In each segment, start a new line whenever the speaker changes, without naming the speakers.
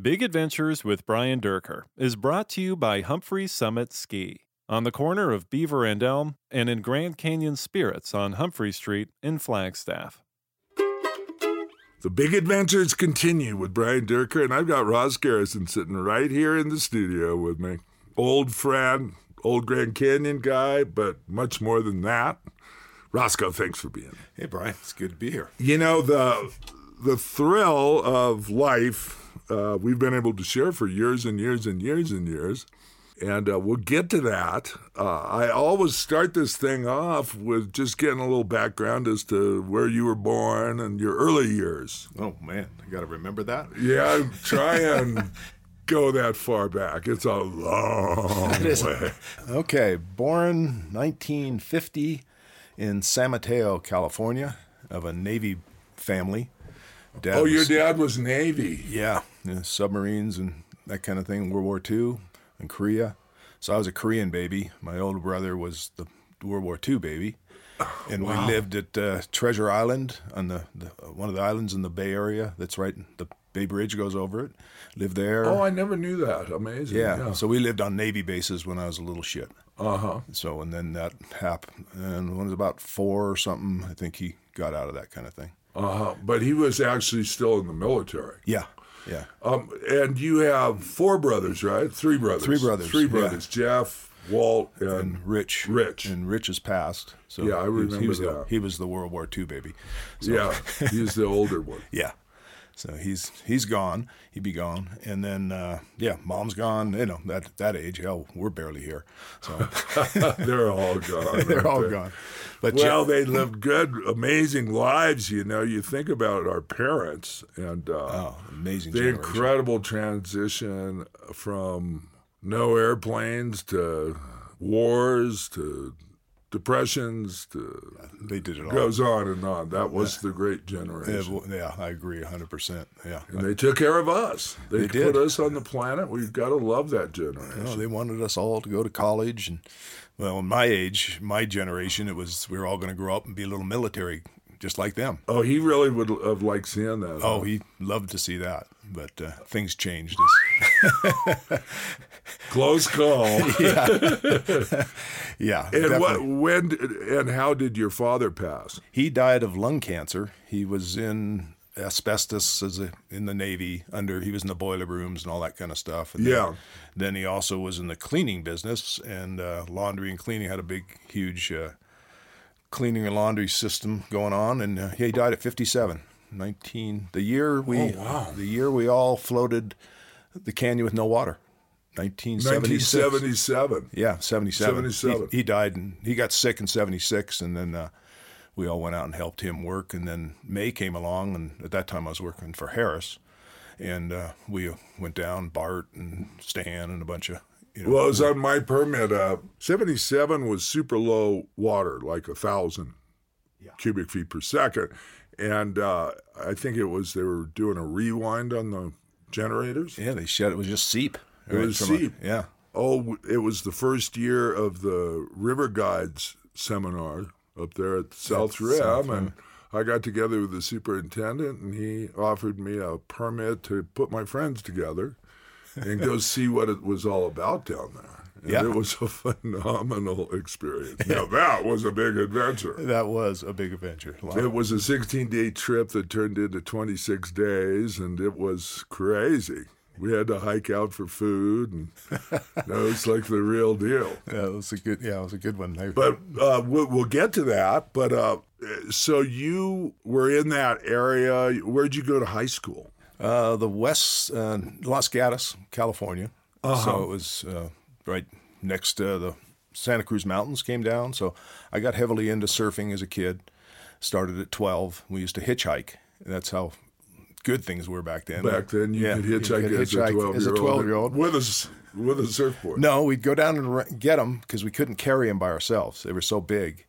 Big Adventures with Brian Durker is brought to you by Humphrey Summit Ski on the corner of Beaver and Elm and in Grand Canyon Spirits on Humphrey Street in Flagstaff.
The big adventures continue with Brian Durker, and I've got Ross Garrison sitting right here in the studio with me. Old friend, old Grand Canyon guy, but much more than that. Roscoe, thanks for being here.
Hey, Brian, it's good to be here.
You know the the thrill of life uh, we've been able to share for years and years and years and years, and uh, we'll get to that. Uh, I always start this thing off with just getting a little background as to where you were born and your early years.
Oh, man, I got to remember that.
Yeah, I'm trying. Go that far back. It's a long
is-
way.
Okay, born 1950 in San Mateo, California, of a Navy family. Dad
Oh, your
was-
dad was Navy.
Yeah, yeah, submarines and that kind of thing, World War II and Korea. So I was a Korean baby. My older brother was the World War II baby. And we lived at uh, Treasure Island on the, the one of the islands in the Bay Area. That's right. The Bay Bridge goes over it. Lived there.
Oh, I never knew that. Amazing.
Yeah. So we lived on Navy bases when I was a little shit.
Uh huh.
So and then that happened, and when it was about four or something, I think he got out of that kind of thing.
Uh huh. But he was actually still in the military.
Yeah. Yeah.
Um, and you have four brothers, right? Three brothers.
Three brothers,
Three
yeah.
brothers. Jeff, Walt, and,
And Rich.
Um, Rich.
And Rich is passed. So
Yeah, I
he was- he
remember
was The,
that.
he was the World War II baby. So,
yeah, he's the older one.
Yeah. So he's he's gone. He'd be gone, and then uh, yeah, mom's gone. You know that that age, hell, we're barely here. So
They're all gone.
they're all
aren't they?
gone. But
Well,
yeah,
they lived good, amazing lives. You know, you think about our parents and uh,
oh, amazing.
the
generation.
incredible transition from no airplanes to wars to depressions to
they did it all.
goes on and on. That was the great
Yeah,
generation.
well, yeah, I agree, hundred percent. Yeah,
And they took care of us. They,
They
put
did.
us on the planet. We've got to love that generation.
No, Oh, they wanted us all to go to college, and well, in my age, my generation, it was we were all going to grow up and be a little military, just like them.
Oh, he really would have liked seeing that.
Oh, he loved to see that, but uh, things changed. As,
Close call.
yeah,
and what,
definitely.
when, did- and how did your father pass?
he died of lung cancer. He was in asbestos as a, in the Navy under. He was in the boiler rooms and all that kind of stuff. And
Yeah.
Then, then he also was in the cleaning business and uh, laundry and cleaning had a big, huge uh, cleaning and laundry system going on. And uh, he died at 57. 19 the year we the year we all floated the canyon with no water 1976
1977.
yeah, 77.
77.
He, he died and he got sick in 76 and then uh, we all went out and helped him work and then May came along and at that time I was working for Harris and uh, we went down Bart and Stan and a bunch of you know
Well, it was on my permit. Uh, 77 was super low water, like a thousand cubic feet per second. And uh, I think it was they were doing a rewind on the generators.
yeah, they shut it was just seep. It
was seep.
yeah.
Oh, it was the first year of the River Guides seminar up there at South Rim, and I got together with the superintendent, and he offered me a permit to put my friends together and go see what it was all about down there. And
Yeah.
it was a phenomenal experience. Now that was a big adventure.
That was a big adventure. A lot of-
It was a 16 day trip that turned into 26 days, and it was crazy. We had to hike out for food, and that was like the real deal.
yeah, it was a good yeah, it was a good one. They-
But uh, we'll, we'll get to that. But uh, so you were in that area. Where'd you go to high school?
Uh, the West, uh, Los Gatos, California.
Uh-huh.
So it was uh, right next to the Santa Cruz Mountains came down. So I got heavily into surfing as a kid. Started at 12. We used to hitchhike. That's how good things were back then.
Back then, you
Yeah,
could
you
hitchhike,
could
as, a
hitchhike
12
as a 12-year-old.
with a s- with a surfboard.
No, we'd go down and re- get them because we couldn't carry them by ourselves. They were so big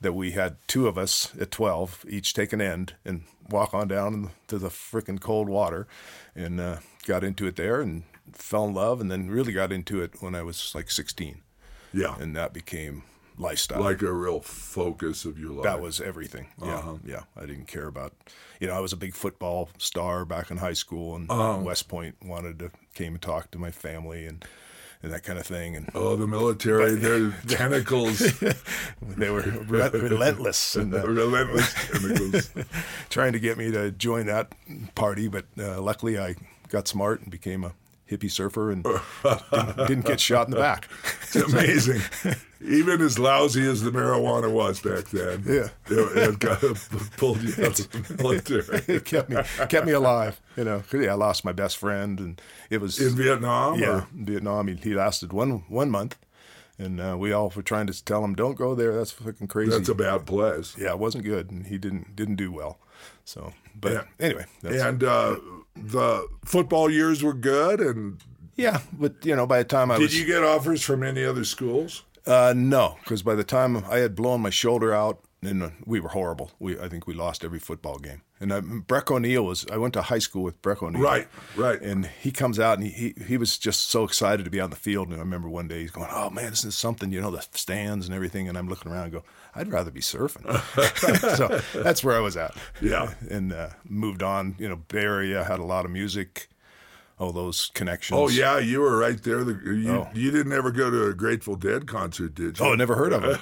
that we had two of us at 12, each take an end and walk on down to the freaking cold water and uh, got into it there and fell in love and then really got into it when I was like 16.
Yeah,
And that became lifestyle.
Like a real focus of your life.
that was everything. Yeah, yeah. I didn't care about, you know, I was a big football star back in high school, and West Point wanted to came and talked to my family and and that kind of thing, and
Oh, the military, their tentacles,
they were re- relentless and uh,
relentless tentacles.
trying to get me to join that party, but uh, luckily I got smart and became a hippie surfer and didn't, didn't get shot in the back.
It's amazing. Even as lousy as the marijuana was back then,
Yeah.
it, it got, pulled you out of the military.
it kept me kept me alive. You know, 'Cause, yeah, I lost my best friend, and it was
In Vietnam,
yeah
or-
Vietnam. He, he lasted one one month, and uh, we all were trying to tell him, "Don't go there. That's fucking crazy."
that's a bad place.
yeah, it wasn't good, and he didn't didn't do well. So, but
Yeah.
anyway, that's,
And uh, the football years were good. And
yeah, but you know, by the time I
did
was
you get offers from any other schools?
Uh, no, because by the time I had blown my shoulder out, and uh, we were horrible. We I think we lost every football game. And I, Breck O'Neill was I went to high school with Breck O'Neill.
Right, right.
And he comes out and he, he he was just so excited to be on the field. And I remember one day he's going, "Oh man, this is something." You know, the stands and everything. And I'm looking around and go, "I'd rather be surfing." so that's where I was at.
Yeah.
And uh, moved on. You know, Bay Area had a lot of music. All those connections.
Oh yeah, you were right there. The, you
Oh.
you didn't ever go to a Grateful Dead concert, did you?
Oh, I never heard of it.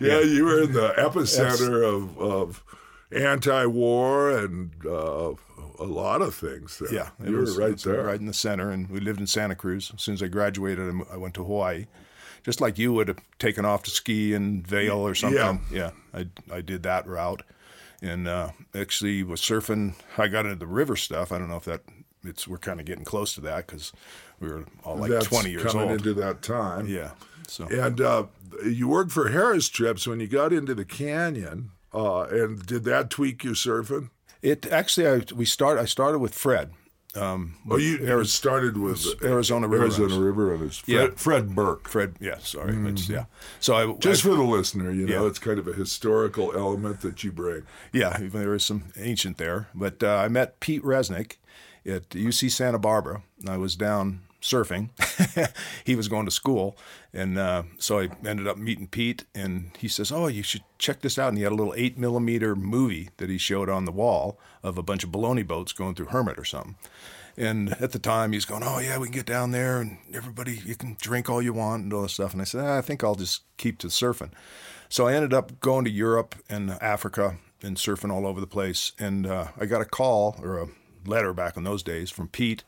yeah, you were in the epicenter of, of anti-war and uh, a lot of things. There.
Yeah,
you
was-
were right
it's
there.
right in the center, and we lived in Santa Cruz. As soon as I graduated, I m- I went to Hawaii, just like you would have taken off to ski in Vail or something. Yeah, I I did that route, and uh, actually was surfing. I got into the river stuff. I don't know if that it's we're kind of getting close to that because we were all like
That's
twenty years
coming
old.
into that time.
yeah, so
And uh, you worked for Harris Trips when you got into the canyon. Uh, and did that tweak your surfing?
it actually I we start I started with Fred. Um,
Oh, you it started with
Arizona River
Arizona
Runners.
River Runners. Fred,
Yeah.
Fred Burke. Mm-hmm.
Fred, yeah, sorry, it's, yeah. So I
Just
I-
for the listener, you know,
Yeah.
it's kind of a historical element that you bring.
Yeah, even there is some ancient there. But uh, I met Pete Resnick at UC Santa Barbara. and I was down surfing. he was going to school. And uh, so I ended up meeting Pete. And he says, Oh, you should check this out. And he had a little eight millimeter movie that he showed on the wall of a bunch of baloney boats going through Hermit or something. And at the time, he's going, "Oh yeah, we can get down there, and everybody, you can drink all you want and all this stuff." And I said, ah, "I think I'll just keep to surfing." So I ended up going to Europe and Africa and surfing all over the place. And uh, I got a call or a letter back in those days from Pete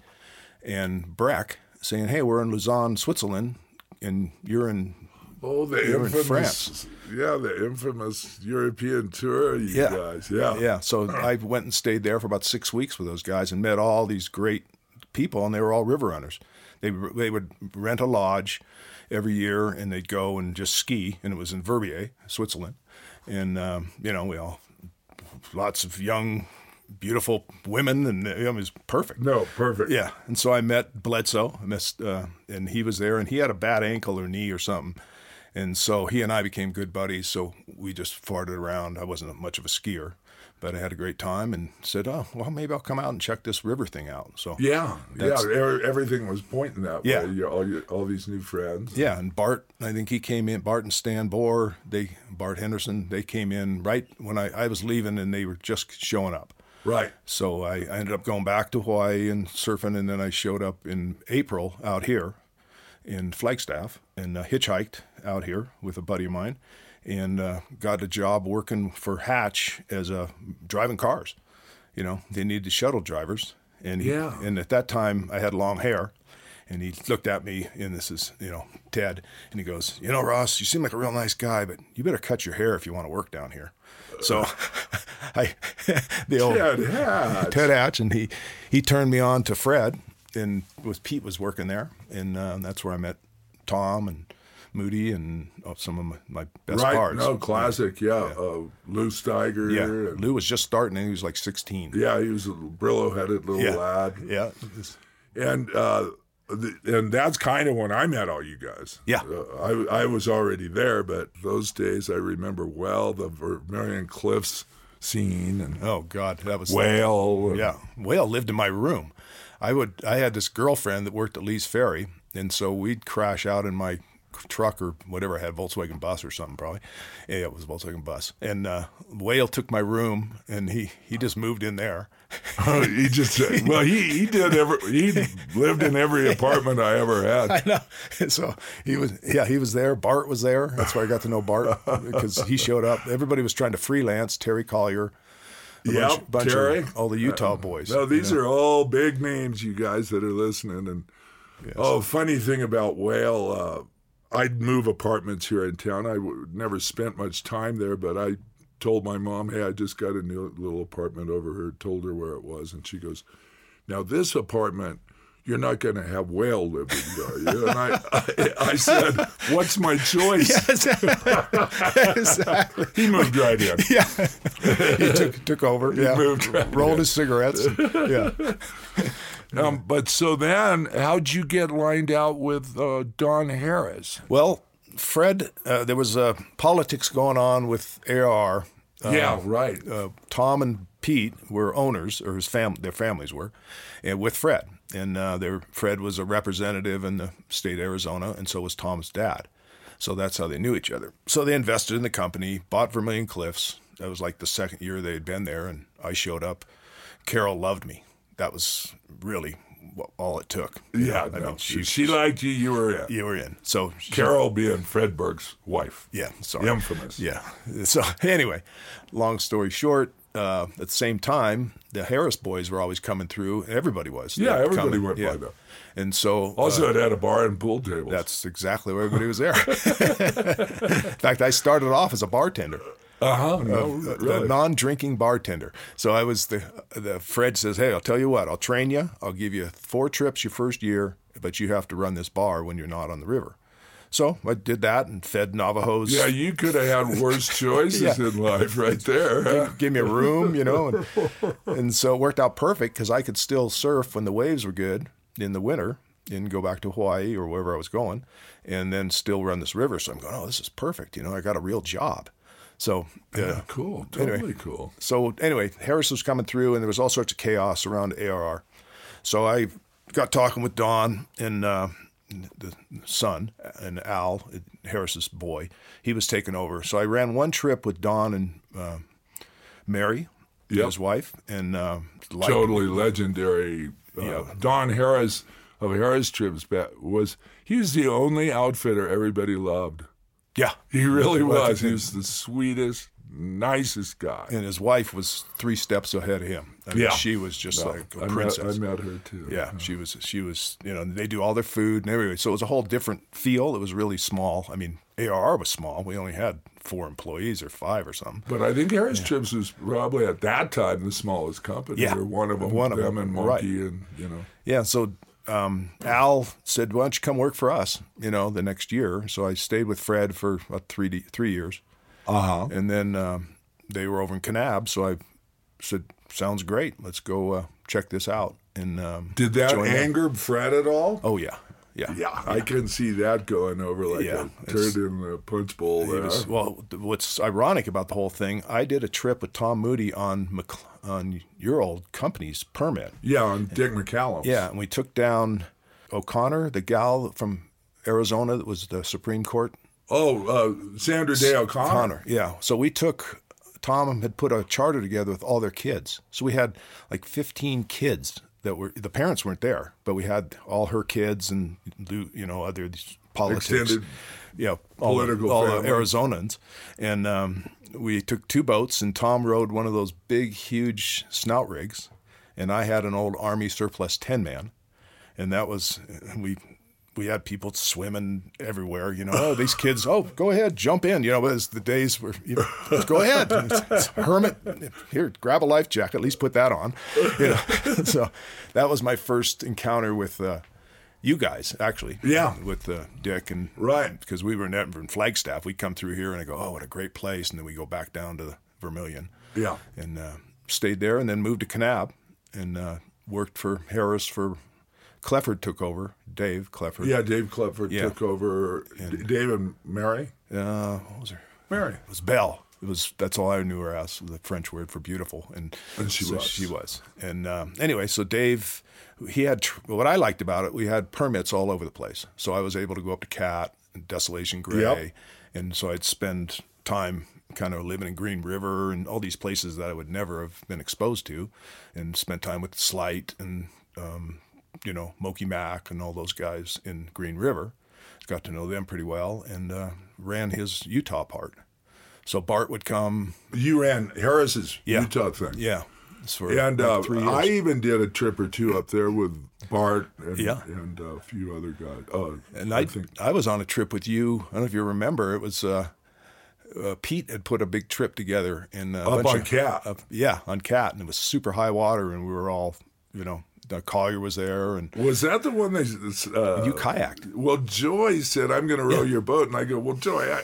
and Breck saying, "Hey, we're in Lausanne, Switzerland, and you're in
Oh, the
were in
infamous.
France.
Yeah, the infamous European tour, you
Yeah.
guys. Yeah.
Yeah. So I went and stayed there for about six weeks with those guys and met all these great people, and they were all river runners. They they would rent a lodge every year, and they'd go and just ski. And it was in Verbier, Switzerland, and um, you know we all lots of young, beautiful women, and you know, it was perfect.
No, perfect.
Yeah, and so I met Bledsoe, I missed, uh, and he was there, and he had a bad ankle or knee or something, and so he and I became good buddies. So we just farted around. I wasn't much of a skier, but I had a great time, and said, "Oh, well, maybe I'll come out and check this river thing out." So
Yeah. Yeah.
That's-
er- Everything was pointing that
Yeah.
way. You, all, your, all these new friends.
Yeah, and Bart, I think he came in. Bart and Stan Bohr, they Bart Henderson, they came in right when I, I was leaving, and they were just showing up.
Right.
So I, I ended up going back to Hawaii and surfing, and then I showed up in April out here in Flagstaff and uh, hitchhiked out here with a buddy of mine, and uh, got a job working for Hatch as a driving cars. You know, they needed shuttle drivers, and he,
Yeah.
and at that time I had long hair. And he looked at me, and this is, you know, Ted. And he goes, You know, Ross, you seem like a real nice guy, but you better cut your hair if you want to work down here. So I, Oh, the old,
Yeah, it had.
Ted Hatch, and he he turned me on to Fred, and was Pete was working there, and uh, that's where I met Tom and Moody and oh, some of my, my best
right. Oh,
cards.
No, classic. Yeah. Uh, Lou Steiger.
yeah,
and-
Lou was just starting, and he was like sixteen.
yeah, he was a brillo headed little lad.
yeah,
And, uh, the, and that's kind of when I met all you guys.
Yeah.
Uh, I, I was already there, but those days I remember well the Vermilion Cliffs scene and
Oh God, that was
Whale. and-
Yeah, Whale lived in my room. I would. I had this girlfriend that worked at Lee's Ferry, and so we'd crash out in my truck or whatever I had, Volkswagen bus or something probably. Yeah, it was a Volkswagen bus. And uh, Whale took my room and he, he just moved in there.
he just said, well, he, he did every, he lived in every apartment I ever
I
had.
know. uh, So he was, yeah, he was there. Bart was there. That's where I got to know Bart because he showed up. Everybody was trying to freelance. Terry Collier, a
Yep,
bunch, bunch
Terry. Uh,
of all the Utah boys.
No, these are all big names, you guys that are listening. And oh, funny thing about Whale, uh, I'd move apartments here in town. I w- never spent much time there, but I told my mom, hey, I just got a new little apartment over here. Told her where it was, and she goes, now this apartment. You're not going to have whale living, are you? And I, I, I said, "What's my choice?"
exactly.
He moved right in.
Yeah. he took, took over. yeah.
moved right
rolled his cigarettes. yeah.
Um, but so then, how'd you get lined out with uh, Don Harris?
Well, Fred, uh, there was uh, politics going on with AR. Uh,
yeah, right.
uh, Tom and Pete were owners, or his fam- their families were, and with Fred. And uh, their Fred was a representative in the state of Arizona, and so was Tom's dad. So that's how they knew each other. So they invested in the company, bought Vermilion Cliffs. That was like the second year they had been there, and I showed up. Carol loved me. That was really wh- all it took. You
yeah,
know, I
no,
mean,
she, she
she,
liked you. You were in.
you were in. So she-
Carol being Fred Berg's wife.
yeah, sorry.
Infamous.
Yeah. So anyway, long story short, uh, at the same time, the Harris boys were always coming through. Everybody was.
Yeah,
They'd
everybody
come in,
went by there.
And so uh,
Also, it had a bar and pool tables.
that's exactly where everybody was there. In fact, I started off as a bartender. uh,
uh-huh, no,
a-
really.
A non-drinking bartender. So I was the the Fred says, "Hey, I'll tell you what. I'll train you. I'll give you four trips your first year, but you have to run this bar when you're not on the river." So I did that and fed Navajos.
yeah, you could have had worse choices
Yeah.
in life right there.
give me a room, you know. And, and so it worked out perfect because I could still surf when the waves were good in the winter and go back to Hawaii or wherever I was going and then still run this river. So I'm going, oh, this is perfect. You know, I got a real job. So, uh,
Cool, totally
Anyway.
cool.
so anyway, Harris was coming through and there was all sorts of chaos around ARR. So I got talking with Don and uh, the son and Al, Harris's boy. He was taking over. So I ran one trip with Don and uh, Mary,
Yep.
his wife, and uh, liked-
Totally legendary. Uh, Don Harris of Harris Trips Ba- was he was the only outfitter everybody loved.
yeah.
He really was. He was the sweetest, nicest guy.
And his wife was three steps ahead of him. I mean,
Yeah.
she was just like a princess.
I met, I met her too.
Yeah, she was. She was. You know, they do all their food and everything. So it was a whole different feel. It was really small. I mean, ARR was small. We only had four employees or five or something.
But I think Harris Trips was probably at that time the smallest company.
Yeah.
Or one of them.
One of
them,
them,
and
right.
Monkey and you know.
Yeah. So um, Al said, "Why don't you come work for us?" You know, the next year. So I stayed with Fred for about three d- three years,
Uh huh.
and then um, they were over in Kanab. So I said, "Sounds great. Let's go uh, check this out." And um,
Did that
join them.
anger Fred at all?
Oh yeah, yeah.
Yeah, I can see that going over like
Yeah,
a turd in the punch bowl. There.
Davis. Well, th- what's ironic about the whole thing, I did a trip with Tom Moody on Mc, on your old company's permit.
yeah, on Dick McCallum.
Yeah, and we took down O'Connor, the gal from Arizona that was the Supreme Court.
Oh, uh, Sandra Day O'Connor.
O'Connor. Yeah. So we took Tom had put a charter together with all their kids. So we had like 15 kids that were the parents weren't there, but we had all her kids and Lou- you know other these politics.
Extended
yeah, all,
political
the, all the
family.
Arizonans, and um, we took two boats, and Tom rowed one of those big, huge snout rigs, and I had an old Army surplus ten man, and that was we. We had people swimming everywhere, you know. Oh, these kids! Oh, go ahead, jump in, you know. As the days were, you know, just go ahead, It's- it's a hermit. Here, grab a life jacket. At least put that on. You know? so that was my first encounter with uh, you guys, actually.
Yeah.
with uh, Dick and
Right.
because we were never in Flagstaff. We'd come through here and I go, oh, what a great place. And then we go back down to Vermilion
Yeah.
and uh, stayed there and then moved to Kanab and uh, worked for Harris for Clefford took over, Dave Clefford.
Yeah, Dave Clifford
Yeah.
took over. D- Dave and Mary.
Uh, what was her?
Mary.
It was Belle. It was that's all I knew her as the French word for beautiful, and,
And she
so
was.
She was. And um, anyway, so Dave, he had tr- what I liked about it. We had permits all over the place, so I was able to go up to Cat and Desolation Gray.
Yep.
And so I'd spend time kind of living in Green River and all these places that I would never have been exposed to and spent time with Slight and, um, you know, Moki Mack and all those guys in Green River. Got to know them pretty well and uh, ran his Utah part. So Bart would come.
You ran Harris's
Yeah.
Utah thing.
Yeah. For
And
like
uh,
three years.
I even did a trip or two up there with Bart and,
Yeah.
and a few other guys. Uh,
And I, I, was on a trip with you. I don't know if you remember. It was uh, uh, Pete had put a big trip together in uh, a
up
bunch
on
of-
Cat.
up- yeah, on Cat, and it was super high water, and we were all, you know, the Collier was there, and
was that the one they? Uh,
you kayaked.
well, Joy said, "I'm going to row your boat," and I go, "Well, Joy, I,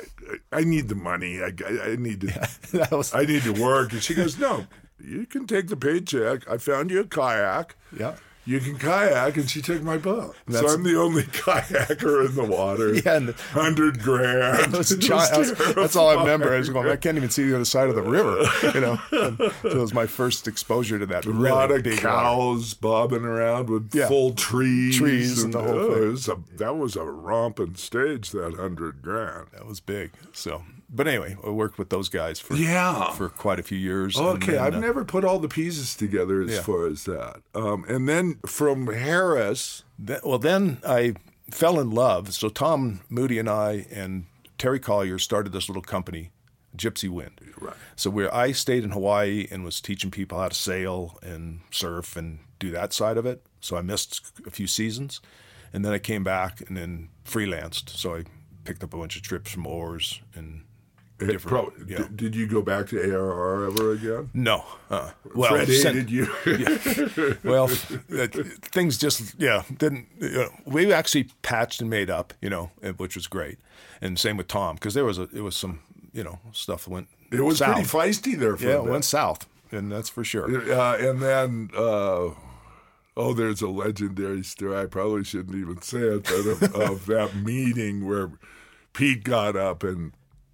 I I need the money. I, I I need to,
that was
I need to work." And she goes, "No, you can take the paycheck. I found you a kayak.
yeah,
You can kayak." And she took my boat, so
That's-
I'm the only kayaker in the water.
yeah. And,
Hundred grand.
it was
Just
chi- I was- that's all I remember. I
terrifying.
was going, I can't even see the other side of the river, you know. And so it was my first exposure to that.
a
Really
lot of
big water.
cows bobbing around with
Yeah.
full trees,
Trees and the whole
oh,
thing.
it was a- that was a romping stage. That hundred grand.
That was big. So, but anyway, I worked with those guys for
Yeah.
for quite a few years. and
Oh, Okay,
then,
I've
uh,
never put all the pieces together as
Yeah.
far as that. Um, and then from Harris,
Th- well, then I fell in love. So Tom Moody and I and Terry Collier started this little company, Gypsy Wind. Right. So where I stayed in Hawaii and was teaching people how to sail and surf and do that side of it. So I missed a few seasons, and then I came back and then freelanced. So I picked up a bunch of trips from oars and
it pro-
yeah.
d- did you go back to ARR ever again?
no. Uh, well,
Fred
sent-
hated you.
well, that, things just yeah didn't. You know, we actually patched and made up, you know, and- which was great. And same with Tom because there was a it was some you know stuff went
it was
south.
pretty feisty there for
yeah,
a
it
bit.
went south, and that's for sure.
Uh, and then, uh, oh, there's a legendary story. I probably shouldn't even say it, but of, of that meeting where Pete got up and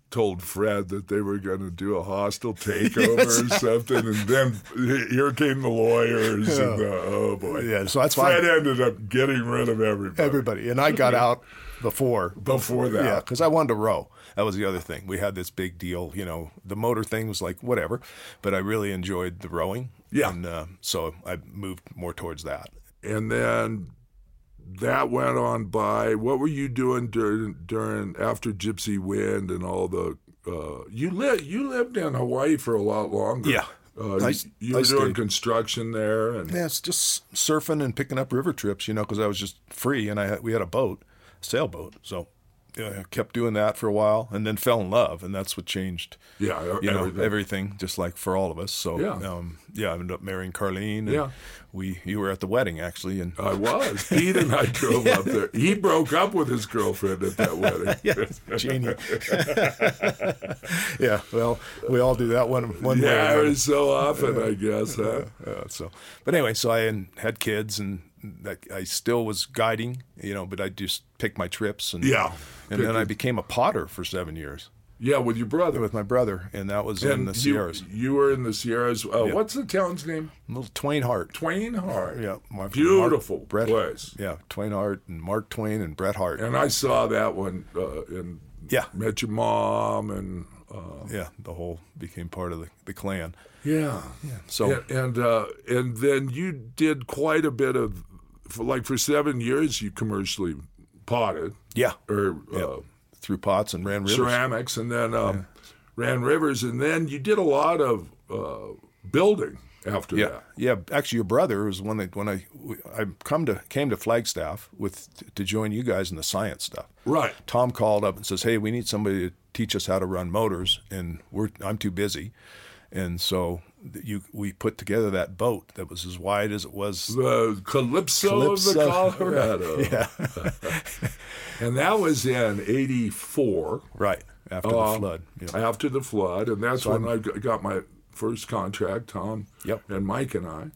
told Fred that they were going to do a hostile takeover or something. And then here came the lawyers. And the, oh, boy.
Yeah, so that's why
Fred ended up getting rid of everybody.
everybody and I got out before
Before that.
Yeah, because I wanted to row. That was the other thing. We had this big deal, you know. The motor thing was like whatever, but I really enjoyed the rowing.
Yeah.
and uh, so I moved more towards that.
and then that went on by. What were you doing during during after Gypsy Wind and all the? Uh, you lived you lived in Hawaii for a lot longer.
Yeah.
uh,
I-
you, you were doing
I stayed.
construction there, and
Yeah, it's just surfing and picking up river trips, you know, because I was just free and I had- we had a boat, sailboat. So yeah, I kept doing that for a while and then fell in love, and that's what changed,
yeah, e-,
you know,
everything.
everything, just like for all of us. So
Yeah.
um, yeah, I ended up marrying Carlene. And
Yeah. Oh.
we you were at the wedding actually, and
I was. Pete and I drove up there. He broke up with his girlfriend at that wedding.
yes, Janie. yeah, well, we all do that one one way. or
Yeah,
another.
it was so often, I guess. Huh?
Uh, so, but anyway, so I had- had kids, and that I still was guiding, you know, but I just picked my trips, and
Yeah.
and then I became a potter for seven years
Yeah, with your brother.
with my brother, and that was in the
you,
Sierras.
You were in the Sierras. Uh, What's the town's name?
Little Twain Hart,
Twain Hart.
yeah, my-
Beautiful
Mark, Bret,
place.
yeah, Twain Hart and Mark Twain and Bret Hart,
And I saw that one uh, and
yeah,
met your mom and uh,
yeah, the whole became part of the, the clan.
yeah.
So
And and, uh, and then you did quite a bit of for like for seven years you commercially potted
yeah,
or uh,
through pots and ran rivers.
ceramics and then um, ran rivers and then you did a lot of uh, building after
Yeah,
that.
yeah. Actually, your brother was one that when I I come to came to Flagstaff with to join you guys in the science stuff.
Right.
Tom called up and says, "Hey, we need somebody to teach us how to run motors, and we're I'm too busy." And so th- you we put together that boat that was as wide as it was.
The Uh, Calypso, of the
Calypso.
Colorado.
Yeah,
And that was in 84.
right after the flood. Yeah.
after the flood, and that's when I g- got my first contract. Tom
Yep.
and Mike and I,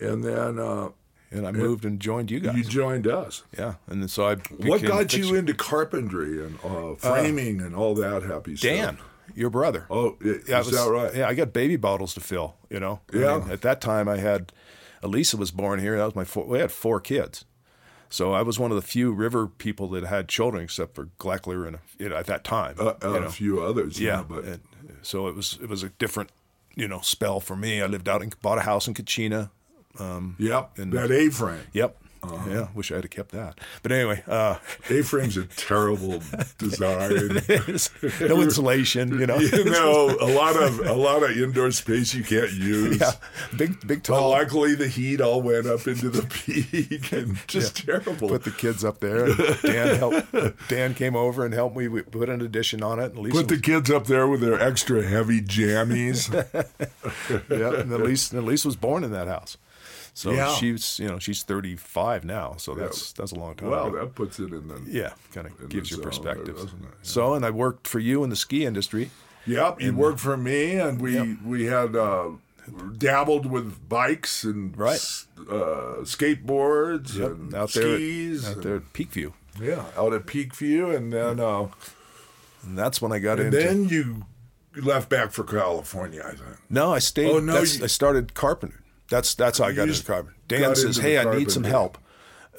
and then uh,
and I moved and joined you guys.
you joined us.
yeah, and then so I.
what
became
got
fiction-
you into carpentry and uh, framing and all that happy stuff?
Dan, your brother?
Oh, i-
Yeah, it
is that right?
Yeah, I got baby bottles to fill. You know. I
Yeah.
mean, at that time, I had Elisa was born here. That was my four, we had four kids, So I was one of the few river people that had children, except for Gleckler and you know, at that time.
Uh,
you
and
know.
a few others.
yeah,
but
and uh, so it was it was a different you know spell for me. I lived out and bought a house in Kachina.
yep,
and-
that A-frame.
Yep.
Uh-huh.
Yeah, wish I had kept that. But anyway, uh,
A-frame's a terrible design.
no insulation, you know.
you know, a lot of a lot of indoor space you can't use.
yeah, big big
But
tall.
luckily, the heat all went up into the peak, and just terrible.
Put the kids up there. Dan helped. Dan came over and helped me. We put an addition on it. And Lisa
Put the kids up there with their extra heavy jammies.
yeah, and Elise, and Elise was born in that house. So
Yeah.
she's, you know, she's 35 now. So that's that's a long time.
well,
ago.
that puts it in the.
yeah, kind of gives
the zone
you
there,
perspective.
doesn't it? Yeah.
So, and I worked for you in the ski industry.
Yep, you worked for me, and we we had uh, dabbled with bikes and
Right.
s- uh, skateboards and
out there,
skis.
out
and-
there at Peakview,
yeah, out at Peak View, and then uh,
and that's when I got into.
then you left back for California. I think.
no, I stayed.
Oh, no,
that's-
you-
I started carpenter. That's that's how I
You
got into
just
carpenter.
got
Dan says,
into the
"Hey, I need some
carpenter.
help."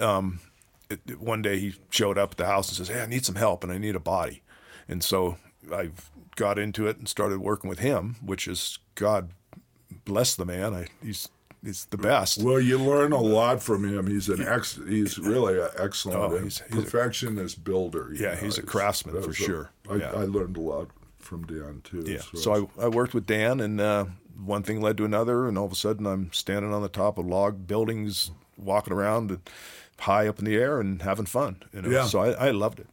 Um, it, it- one day he showed up at the house and says, "Hey, I need some help, and I need a body," and so I got into it and started working with him, which is God bless the man. I, he's he's the best.
Well, you learn a lot from him. He's an ex. He's really an excellent
Oh, he's- he's a-
perfectionist builder. you
Yeah, he's a craftsman
that
for
was
sure.
I,
Yeah.
I learned a lot from Dan too.
Yeah. So I, I worked with Dan, and uh, one thing led to another, and all of a sudden I'm standing on the top of log buildings, walking around and high up in the air and having fun. You know?
Yeah.
So I, I loved it,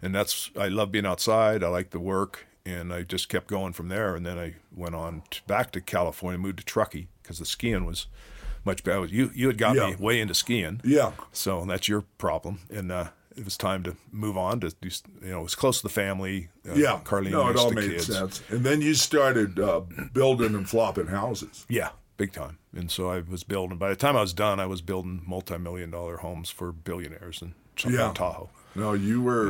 and that's I love being outside. I like the work, and I just kept going from there. And then I went on t back to California, moved to Truckee because the skiing was much better. You you had got me
Yeah.
way into skiing.
yeah,
So that's your problem, and uh, it was time to move on to do. s- You know, it was close to the family. Uh,
yeah.
Carlene
no, it
raised
all
the
made
kids.
sense. And then you started uh, building and flopping houses.
Yeah, big time. And so I was building. By the time I was done, I was building multi-million dollar homes for billionaires in Southern
Yeah.
Tahoe.
No, you were,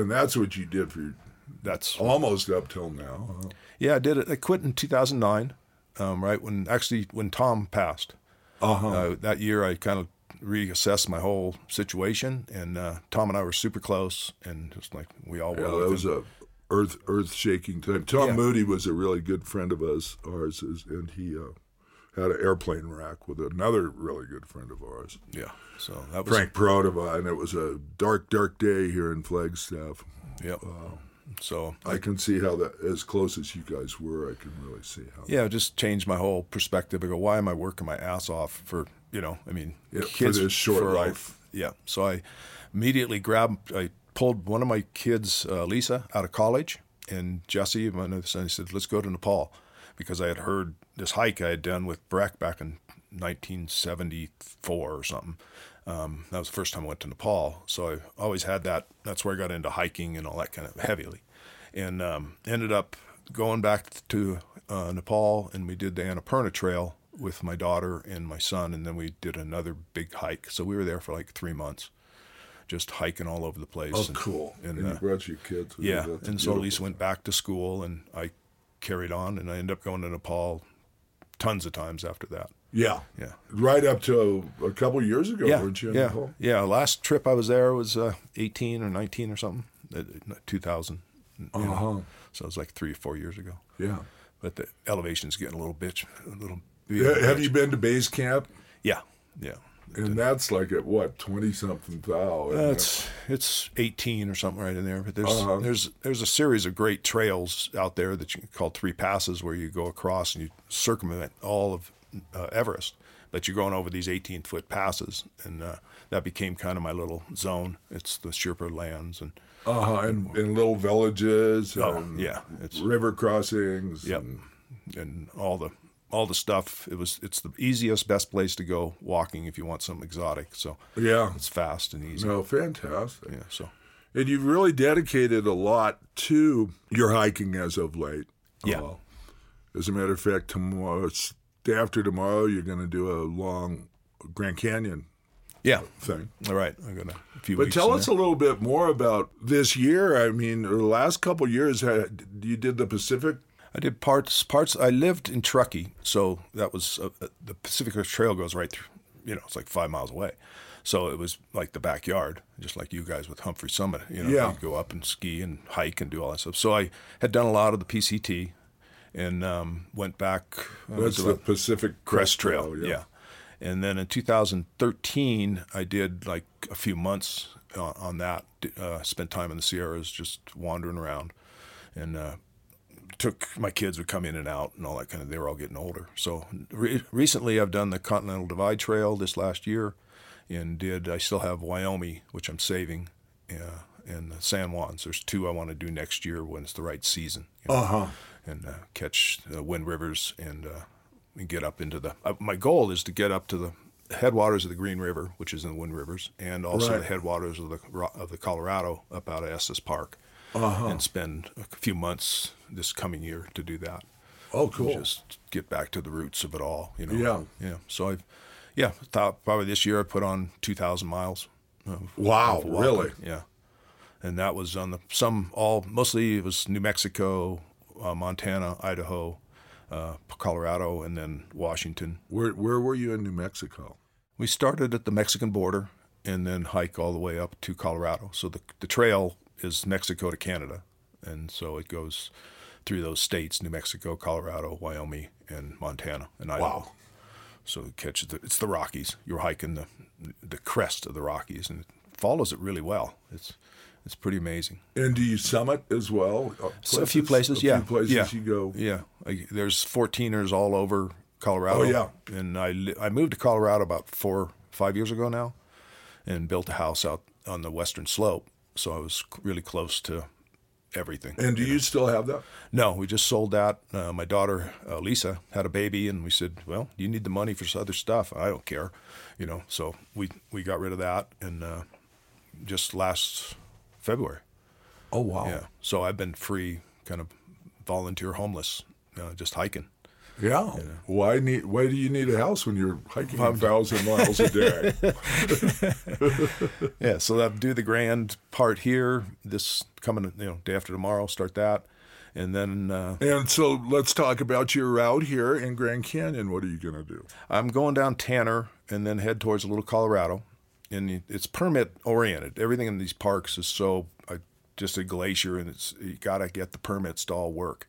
and that's what you did for
That's
almost up till now. huh?
yeah. I did it. I quit in 2009, um, right when actually when Tom passed.
Uh-huh.
Uh, that year, I kind of reassessed my whole situation, and uh, Tom and I were super close, and just like we all were.
Yeah,
with
Oh, that
him.
was a earth earth shaking time. Tom Moody was a really good friend of us, ours, is, and he uh, had an airplane wreck with another really good friend of ours,
yeah. So that was
Frank Prodova, and it was a dark, dark day here in Flagstaff.
Yep. So
I can see how that, as close as you guys were, I can really see how.
yeah, it just changed my whole perspective. I go, why am I working my ass off for you know? I mean,
Yeah, for this short life.
Yeah, so I immediately grabbed, I pulled one of my kids, uh, Lisa, out of college, and Jesse, my other son, he said, "Let's go to Nepal," because I had heard this hike I had done with Breck back in 1974 or something. Um, that was the first time I went to Nepal, so I always had that. That's where I got into hiking and all that kind of heavily and um, ended up going back to uh, Nepal, and we did the Annapurna Trail with my daughter and my son, and then we did another big hike. So we were there for like three months, just hiking all over the place.
Oh,
and-
cool! And,
and,
you
uh,
brought your kids. with you.
yeah,
That's
and so
beautiful.
Lisa went back to school, and I carried on, and I ended up going to Nepal tons of times after that.
Yeah,
Yeah.
Right up to a couple years ago,
Yeah,
Oh, weren't you?
yeah,
Nicole?
yeah. Last trip I was there was uh, 18 or 19 or something, uh, 2000. you know.
Uh-huh.
So it was like three or four years ago.
Yeah.
but the elevation's getting a little bitch, a little.
Yeah, Have you been to base camp?
Yeah, yeah.
And that's like at what twenty something thou. isn't it?
That's it's 18 or something right in there. But there's
Uh-huh.
there's there's a series of great trails out there that you can call three passes where you go across and you circumvent all of uh, Everest, but you're going over these 18 foot passes, and uh, that became kind of my little zone. It's the Sherpa lands and
Uh-huh, and, and little villages. And
Oh, yeah, it's-
river crossings.
Yep.
and-
and all the all the stuff. It was it's the easiest, best place to go walking if you want something exotic. So
yeah.
it's fast and easy.
No, fantastic.
Yeah, so.
And you've really dedicated a lot to your hiking as of late.
Yeah.
Uh, as a matter of fact, tomorrow, s- day after tomorrow, you're going to do a long Grand Canyon
Yeah.
thing.
All right. I got a few
But
weeks.
tell
in
us
there.
a little bit more about this year. I mean, or the last couple years, had- you did the Pacific.
I did parts. Parts. I lived in Truckee, so that was uh, uh, the Pacific Coast Trail goes right through you know, it's like five miles away. So it was like the backyard, just like you guys with Humphrey Summit. You know,
Yeah.
you go up and ski and hike and do all that stuff. So I had done a lot of the PCT, and um, went back. uh,
That's
to
the Oh, Pacific
Crest Trail. yeah. And then in 2013, I did like a few months on, on that. d- Uh, spent time in the Sierras, just wandering around, and uh, took my kids would come in and out and all that kind of. They were all getting older. So re- recently, I've done the Continental Divide Trail this last year, and did I still have Wyoming, which I'm saving, uh, and the San Juans. There's two I want to do next year when it's the right season. you know
Uh huh.
and uh, catch uh, wind rivers and, uh, and get up into the. Uh, my goal is to get up to the headwaters of the Green River, which is in the Wind Rivers, and also
Right.
the headwaters of the Ro- of the Colorado up out of Estes Park,
Uh-huh.
and spend a few months this coming year to do that.
Oh, cool.
Just get back to the roots of it all, you know.
Yeah.
yeah. So I've, yeah, thought probably this year I put on two thousand miles. of-
Wow,
of walking.
really?
Yeah. And that was on the some all mostly it was New Mexico, uh, Montana, Idaho, uh, Colorado, and then Washington.
Where where were you in New Mexico?
We started at the Mexican border and then hike all the way up to Colorado. So the the trail is Mexico to Canada, and so it goes through those states: New Mexico, Colorado, Wyoming, and Montana, and Idaho.
Wow.
So it catches the, it's the Rockies. You're hiking the the crest of the Rockies, and it follows it really well. It's it's pretty amazing.
And do you summit as well? Uh,
So a few places,
a
yeah.
few places
yeah.
you go.
Yeah, I, there's 14ers all over Colorado.
Oh, yeah.
and I li- I moved to Colorado about four five years ago now, and built a house out on the western slope. So I was c- really close to everything.
And do you still have that?
No, we just sold that. Uh, my daughter uh, Lisa had a baby, and we said, "Well, you need the money for some other stuff. I don't care," you know. So we we got rid of that, and uh, just last February,
Oh wow.
yeah. So I've been free, kind of volunteer homeless, uh, just hiking.
Yeah. Why need? Why do you need a house when you're hiking a thousand miles a day?
Yeah, so I'll do the grand part here this coming, you know, day after tomorrow. Start that, and then uh,
and so let's talk about your route here in Grand Canyon. What are you going to do?
I'm going down Tanner, and then head towards Little Colorado, and it's permit oriented. Everything in these parks is so uh, just a glacier, and it's you got to get the permits to all work,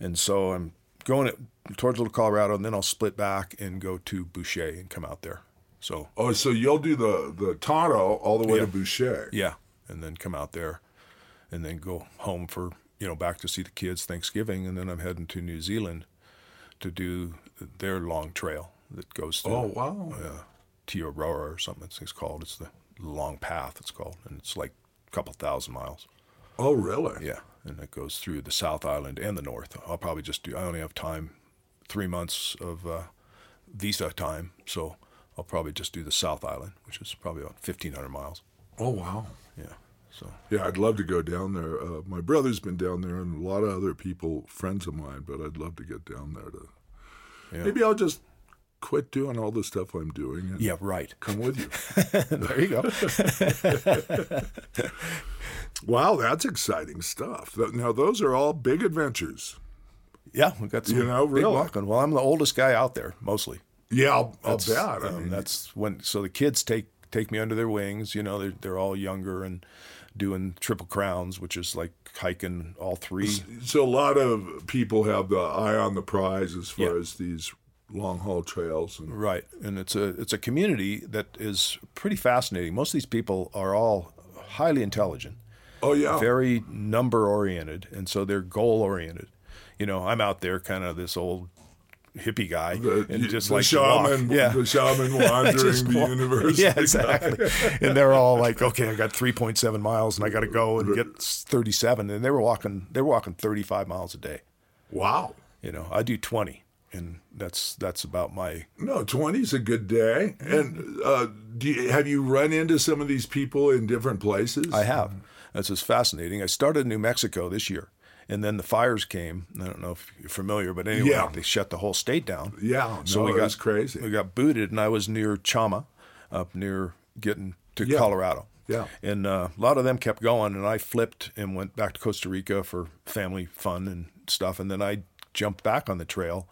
and so I'm going it towards Little Colorado, and then I'll split back and go to Boucher and come out there. So
Oh, so you'll do the the Tonto all the way to
Yeah.
Boucher.
Yeah, and then come out there, and then go home for you know back to see the kids Thanksgiving, and then I'm heading to New Zealand to do their long trail that goes through
Oh wow.
uh, Te Aroa or something. It's, it's called. It's the long path. It's called, and it's like a couple thousand miles.
Oh really?
Yeah, and it goes through the South Island and the North. I'll probably just do. I only have time, three months of uh, visa time, so I'll probably just do the South Island, which is probably about fifteen hundred miles.
Oh wow.
Yeah, so.
Yeah, I'd love to go down there. Uh, my brother's been down there, and a lot of other people, friends of mine. But I'd love to get down there to.
Yeah.
Maybe I'll just quit doing all the stuff I'm doing and
Yeah, right.
come with you.
There you go.
Wow, that's exciting stuff. Th- Now, those are all big adventures.
yeah, we got some
You know,
big
really.
walking. Well, I'm the oldest guy out there, mostly.
Yeah, I'll, I'll
That's,
bet. I
um,
mean,
that's when. So the kids take take me under their wings. You know, they're they're all younger and doing triple crowns, which is like hiking all three.
so a lot of people have the eye on the prize as far
Yeah.
as these long haul trails. And
Right, and it's a it's a community that is pretty fascinating. Most of these people are all highly intelligent.
oh yeah,
very number oriented, and so they're goal oriented. You know, I'm out there, kind of this old hippie guy,
the,
and just
the
like to walk.
shaman,
yeah,
the shaman
I
wandering
just
the
walk.
universe.
Yeah, exactly. and they're all like, "Okay, I got 3.7 miles, and I got to go and get 37." And they were walking, they were walking 35 miles a day.
Wow.
You know, I do 20, and that's that's about my
No, twenty's a good day. And uh, do you, have you run into some of these people in different places?
I have. That's just fascinating. I started in New Mexico this year, and then the fires came. I don't know if you're familiar, but anyway,
Yeah.
they shut the whole state down.
Yeah,
so
no,
we
it
got
was crazy.
We got booted, and I was near Chama, up near getting to
Yeah.
Colorado.
Yeah.
and uh, a lot of them kept going, and I flipped and went back to Costa Rica for family fun and stuff, and then I jumped back on the trail,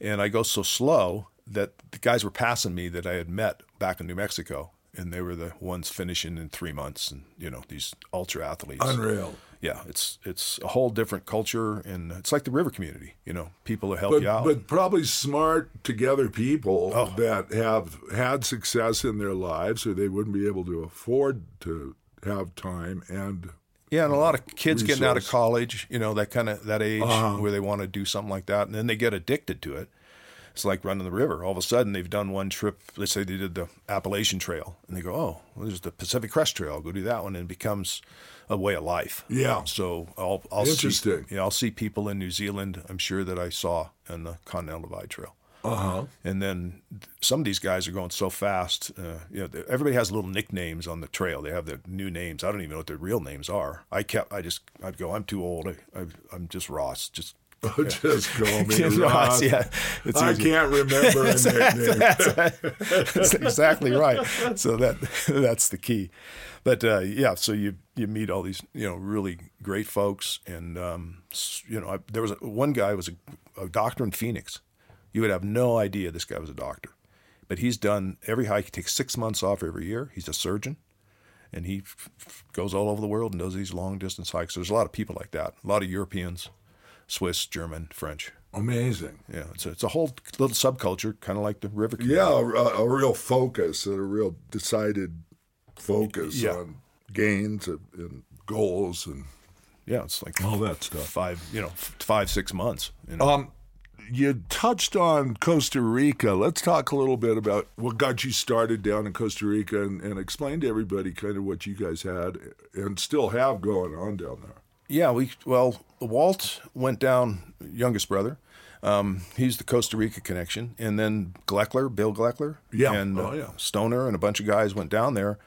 and I go so slow that the guys were passing me that I had met back in New Mexico, and they were the ones finishing in three months, and you know these ultra athletes.
Unreal.
Yeah, it's it's a whole different culture, and it's like the river community. You know, people who help
But,
you out.
but probably smart together people
Oh.
that have had success in their lives or they wouldn't be able to afford to have time and
Yeah, and a lot of kids getting out of
resource.
college, you know, that kind of that age
Uh-huh.
where they want to do something like that, and then they get addicted to it. It's like running the river. All of a sudden, they've done one trip. Let's say they did the Appalachian Trail, and they go, "Oh, well, there's the Pacific Crest Trail. I'll go do that one," and it becomes a way of life.
Yeah.
So I'll, I'll
Interesting.
See, yeah, I'll see people in New Zealand. I'm sure that I saw on the Continental Divide Trail. And then th- some of these guys are going so fast. Uh, you know, they- everybody has little nicknames on the trail. They have their new names. I don't even know what their real names are. I kept. I just. I'd go. I'm too old. I, I, I'm just Ross. Just.
just call me
Ross,
Ross.
yeah, it's
I
easy.
can't remember a nickname.
that's exactly right. So that that's the key. But uh, yeah, so you you meet all these you know really great folks, and um, s- you know I, there was a, one guy was a, a doctor in Phoenix. You would have no idea this guy was a doctor, but he's done every hike. He takes six months off every year. He's a surgeon, and he f- f- goes all over the world and does these long distance hikes. There's a lot of people like that. A lot of Europeans, Swiss, German, French.
Amazing.
Yeah, it's a, it's a whole little subculture, kind of like the river. Community.
Yeah, a, a real focus and a real decided focus
Yeah.
on gains and, and goals and
Yeah, it's like
all that stuff.
five, you know, f- five six months. You know?
Um, you touched on Costa Rica. Let's talk a little bit about what got you started down in Costa Rica and, and explain to everybody kind of what you guys had and still have going on down there.
Yeah, we well, Walt went down, youngest brother. Um, he's the Costa Rica connection, and then Gleckler, Bill Gleckler,
Yeah.
and
Oh,
uh,
yeah.
Stoner, and a bunch of guys went down there,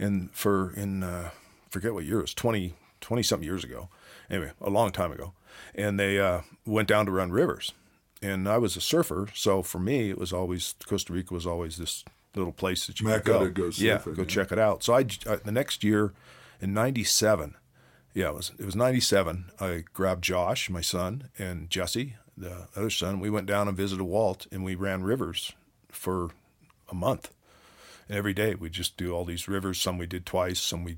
and for in uh, forget what year it was 20, 20 something years ago, anyway, a long time ago, and they uh, went down to run rivers, and I was a surfer, so for me it was always Costa Rica was always this little place that you
Mecca
could go,
to go
yeah,
surfing,
go
yeah.
check it out. So I j- uh, the next year in '97, yeah, it was it was '97. I grabbed Josh, my son, and Jesse, the other son. We went down and visited Walt, and we ran rivers for a month. And every day we just do all these rivers. Some we did twice. Some we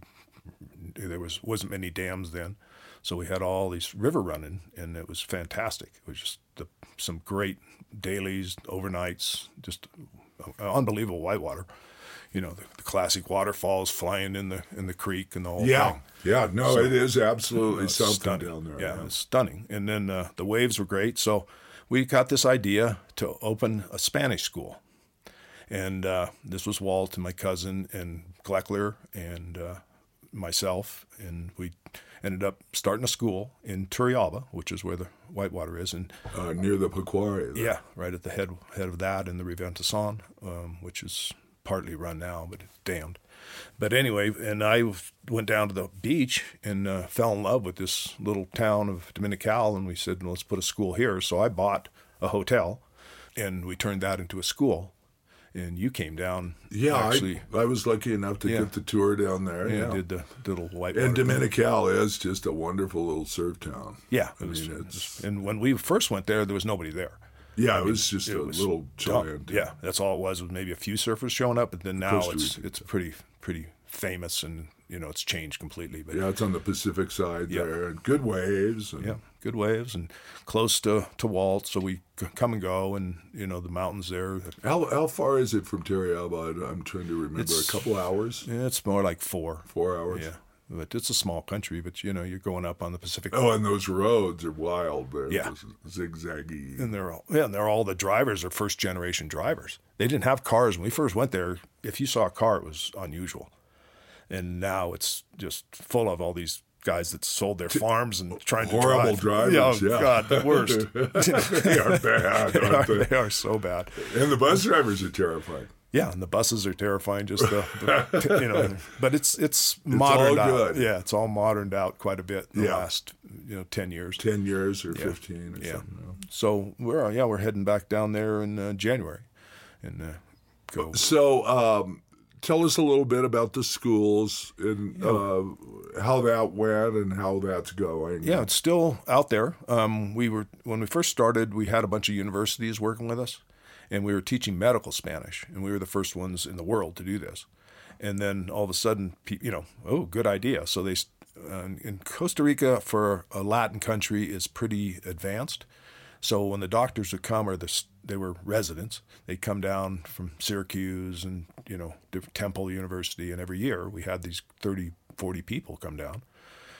there was wasn't many dams then, so we had all these river running, and it was fantastic. It was just the, some great dailies, overnights, just uh, unbelievable whitewater. You know, the, the classic waterfalls flying in the in the creek and the whole thing.
Yeah. No, it is
Oh,
absolutely something
Stunning.
down there.
Yeah, it's stunning. And then uh, the waves were great. So we got this idea to open a Spanish school. And uh, this was Walt and my cousin and Gleckler and uh, myself. And we ended up starting a school in Turrialba, which is where the whitewater is. And
Uh, near the Pequari. there.
yeah, right at the head head of that and the Reventasan, um, which is partly run now, but it's damned. But anyway, and I went down to the beach and uh, fell in love with this little town of Dominical, and we said, well, let's put a school here. So I bought a hotel, and we turned that into a school. And you came down,
Yeah, I-
actually,
I, was lucky enough to get the tour down there.
and
Yeah.
did the little white
And Dominical is just a wonderful little surf town.
yeah,
I
it was-
mean, it's
and when we first went there, there was nobody there.
yeah, it was just a
was
little
dump.
giant.
Yeah, that's all it was. Was maybe a few surfers showing up, but then now
Costa
it's
Rica.
it's pretty pretty famous, and you know it's changed completely. But yeah,
Yeah, it's on the Pacific side there, and good waves. And,
good waves and close to to Walt, so we c- come and go, and you know the mountains there.
How how far is it from Turrialba? I'm trying to remember.
It's-
a couple hours,
Yeah, It's more like four.
four hours.
Yeah, but it's a small country, but you know you're going up on the Pacific.
Oh, and those roads are wild. They're
Yeah.
just zigzaggy.
And they're all yeah, and they're all the drivers are first generation drivers. They didn't have cars when we first went there. If you saw a car, it was unusual. And now it's just full of all these guys that sold their farms and trying to
Horrible
drive.
drivers,
oh,
yeah.
God, the worst.
they are bad,
they, are,
aren't they?
they are so bad.
And the bus drivers are terrifying.
Yeah, and the buses are terrifying. Just the, the you know, but it's it's
all
modern out.
good.
Yeah, it's all moderned out quite a bit in the
Yeah.
last you know ten years.
Ten years or fifteen or something.
So we're uh, yeah we're heading back down there in uh, January, and uh, go.
So, um, tell us a little bit about the schools and uh, how that went and how that's going.
Yeah, it's still out there. Um, we were when we first started, we had a bunch of universities working with us, and we were teaching medical Spanish, and we were the first ones in the world to do this. And then all of a sudden, pe- you know, oh, good idea. So they, s- uh, in Costa Rica, for a Latin country, is pretty advanced. So when the doctors would come, or the, s- they were residents, they'd come down from Syracuse and, you know, diff- Temple University. And every year we had these 30, 40 people come down.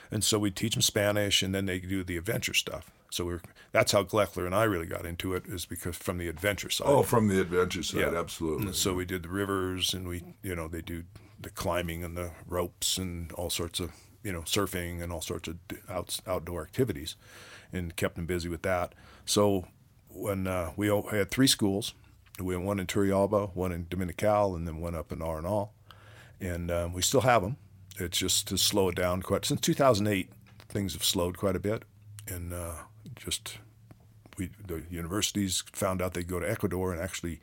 And so we teach them Spanish, and then they do the adventure stuff. So we're that's how Gleckler and I really got into it is because from the adventure side.
Oh, from the adventure side,
Yeah.
absolutely.
So we did the rivers, and we you know they do the climbing and the ropes and all sorts of you know surfing and all sorts of d- outs, outdoor activities, and kept them busy with that. So when uh, we o- had three schools, we had one in Turrialba, one in Dominical, and then one up in Arenal and um, we still have them. It's just to slow it down quite. Since 2008, things have slowed quite a bit, and uh, just we the universities found out they'd go to Ecuador and actually,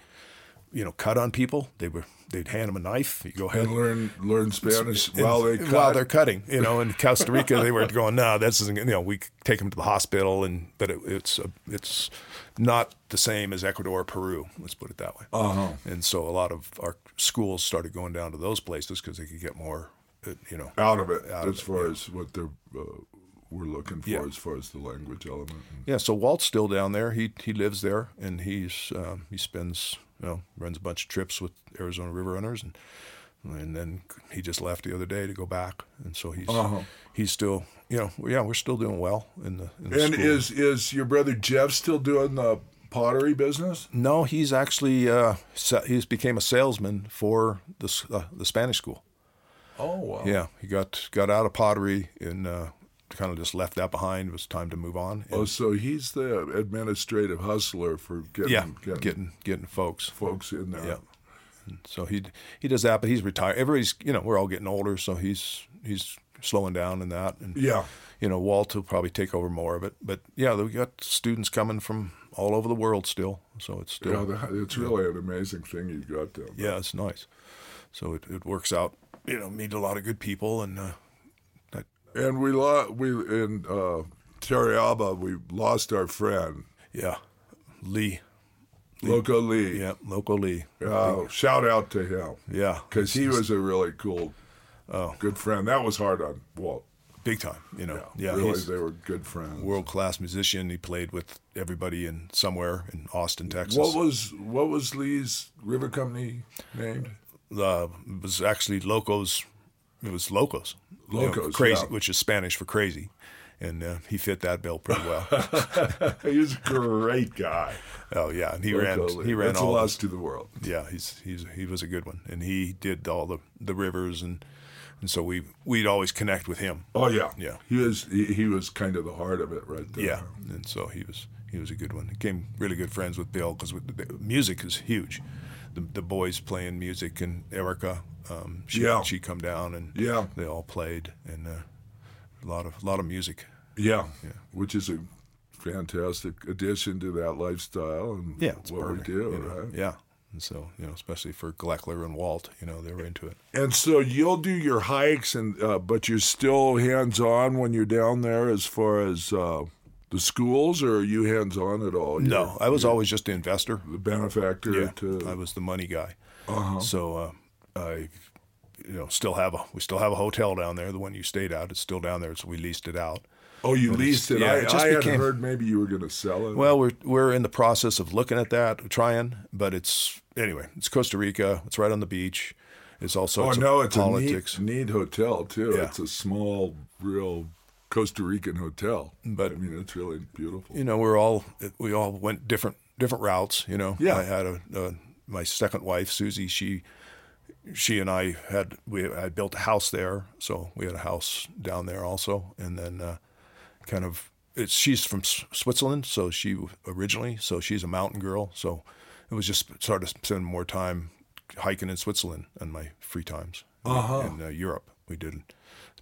you know, cut on people. They were they'd hand them a knife. You go ahead.
And learn learn Spanish
and-
while they cut.
while they're cutting, you know, in Costa Rica they were going, no, this isn't. You know, we take them to the hospital, and but it, it's a, it's not the same as Ecuador, or Peru. Let's put it that way.
Uh-huh.
And so a lot of our schools started going down to those places because they could get more, uh, you know.
out of it
Out of
as
it,
far as what they're uh, we're looking for
Yeah.
as far as the language element.
Yeah, so Walt's still down there. He he lives there, and he's um, he spends you know runs a bunch of trips with Arizona River Runners, and and then he just left the other day to go back, and so he's
Uh-huh.
he's still you know yeah we're still doing well in the in the
And
school.
is is your brother Jeff still doing the pottery business?
no he's actually uh, sa- he's became a salesman for the s- uh, the Spanish school.
Oh wow.
Yeah, he got got out of pottery and uh, kind of just left that behind. It was time to move on. And-
Oh, so he's the administrative hustler for getting,
yeah,
getting,
getting getting folks.
folks in there.
Yeah. So he he does that, but he's retired. Everybody's you know we're all getting older, so he's he's slowing down in that. And
Yeah.
you know Walt will probably take over more of it. But yeah, we got students coming from all over the world still, so it's
Yeah,
still yeah,
that, it's really an amazing thing you've got there.
it's nice. So it, it works out. You know, meet a lot of good people, and uh, that,
And we lost we in uh, Terriaba. We lost our friend
yeah, Lee,
Loco Lee.
yeah, local Lee,
Uh, shout out to him
yeah, Oh.
because he was a really cool, good friend. That was hard on Walt.
big time. You know, yeah,
really,
he's-
they were good friends.
world class musician. He played with everybody in somewhere in Austin, Texas.
What was what was Lee's river company named?
uh, it was actually locos. It was locos. You know,
Locos,
crazy,
yeah.
which is Spanish for crazy, and uh, he fit that bill pretty well.
He was a great guy.
oh yeah, and he
Locally.
ran. He ran
That's
all.
a
the-
loss to the world.
yeah, he's he's he was a good one, and he did all the the rivers and and so we we'd always connect with him.
Oh yeah,
Yeah.
He was he, he was kind of the heart of it right there.
Yeah, Uh, and so he was he was a good one. He Became really good friends with Bill because music is huge. The, the boys playing music and Erica, um, she
Yeah.
she come down and
Yeah.
they all played and uh, a lot of a lot of music.
yeah, Which is a fantastic addition to that lifestyle and
Yeah, it's
what
perfect,
we do,
you know,
right?
Yeah, and so you know, especially for Gleckler and Walt, you know, they were into it.
And so you'll do your hikes, and uh, but you're still hands on when you're down there, as far as uh, the schools, or are you hands on at all?
No, I was always just an investor.
You're Uh-huh. the benefactor to
I was the money guy. So uh, I, you know, still have a we still have a hotel down there. The one you stayed at, it's still down there. So we leased it out.
Oh, you leased it.
yeah,
I,
it just
I had
became-
heard maybe you were going to sell it.
Well, we're we're in the process of looking at that, trying, but it's anyway. It's Costa Rica. It's right on the beach. It's also
oh no, it's
politics,
a neat, neat hotel too.
Yeah.
It's a small, real Costa Rican hotel.
But-
I mean, it's really beautiful.
you know. We're all we all went different different routes. You know,
Yeah.
I had a, a my second wife Susie. She she and I had we I built a house there, so we had a house down there also, and then uh, kind of it's she's from S- Switzerland, so she originally, so she's a mountain girl, so it was just started spending more time hiking in Switzerland in my free times uh-huh. in uh, Europe. We did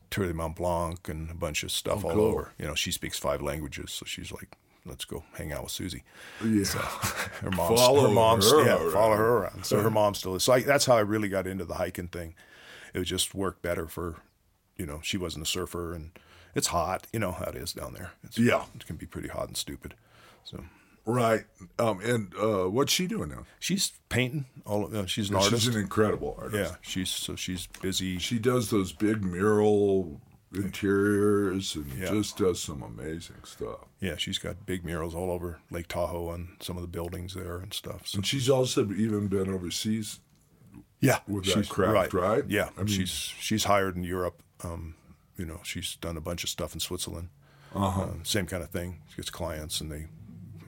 Tour de Mont Blanc and a bunch of stuff all over. You know, she speaks five languages, so she's like, "Let's go hang out with Susie."
yeah.
her mom,
Follow
her mom,
her
yeah,
around.
follow her around. So her mom still is. So I, that's how I really got into the hiking thing. It just worked better for, you know, she wasn't a surfer, and it's hot. You know how it is down there. It's,
Yeah.
it can be pretty hot and stupid. So
Right. Um, and uh, what's she doing now?
She's painting. All of, uh, she's an artist.
She's an incredible artist.
yeah, she's so she's busy.
She does those big mural interiors and
Yeah.
just does some amazing stuff.
Yeah, she's got big murals all over Lake Tahoe and some of the buildings there and stuff. So
And she's also even been overseas.
yeah,
with that craft, right?
Yeah,
I mean-
she's she's hired in Europe. Um, you know, she's done a bunch of stuff in Switzerland.
Uh-huh.
Uh, same kind of thing. She gets clients and they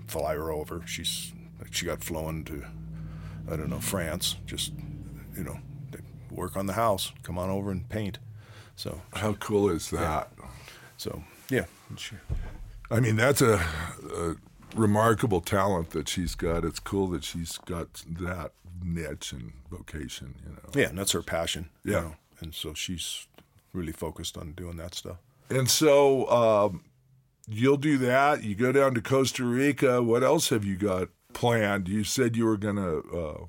fly her over. She's she got flown to I don't know France. Just you know, they work on the house. Come on over and paint. So
How cool is that?
so yeah, she,
I mean, that's a, a remarkable talent that she's got. It's cool that she's got that niche and vocation, you know.
yeah, and that's her passion. you
Yeah.
know, and so she's really focused on doing that stuff.
And so um, you'll do that. You go down to Costa Rica. What else have you got planned? You said you were going to. Uh,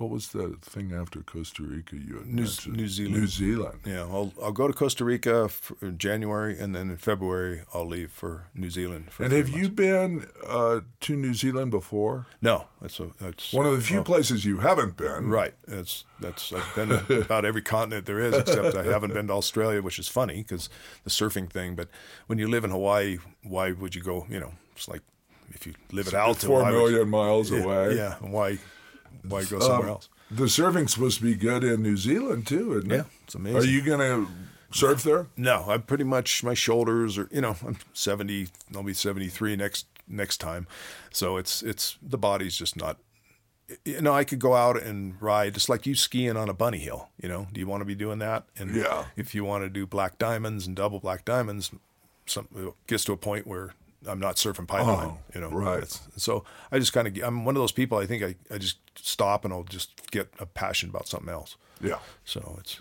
what was the thing after Costa Rica you had
New-
mentioned?
New Zealand.
New Zealand.
Yeah, I'll I'll go to Costa Rica for in January, and then in February I'll leave for New Zealand. For
And
three
have
months.
you been uh, to New Zealand before?
No, that's a, that's oh,
One of the few places you haven't been.
right. That's that's I've been to about every continent there is, except I haven't been to Australia, which is funny because the surfing thing. But when you live in Hawaii, why would you go? You know, it's like if you live at Alto,
Four
why
million
would you-
miles away.
Yeah, why why go somewhere
Um,
else?
The surfing's supposed to be good in New Zealand too, isn't
Yeah,
it?
it's amazing.
Are you going to surf there?
No, I'm pretty much my shoulders are you know I'm 70. I'll be 73 next next time, so it's it's the body's just not. You know, I could go out and ride just like you skiing on a bunny hill. You know, do you want to be doing that? And
Yeah.
if you want to do black diamonds and double black diamonds, some it gets to a point where I'm not surfing pipeline.
Oh,
you know,
right.
It's- so I just kind of I'm one of those people. I think I I just stop and I'll just get a passion about something else.
Yeah.
So it's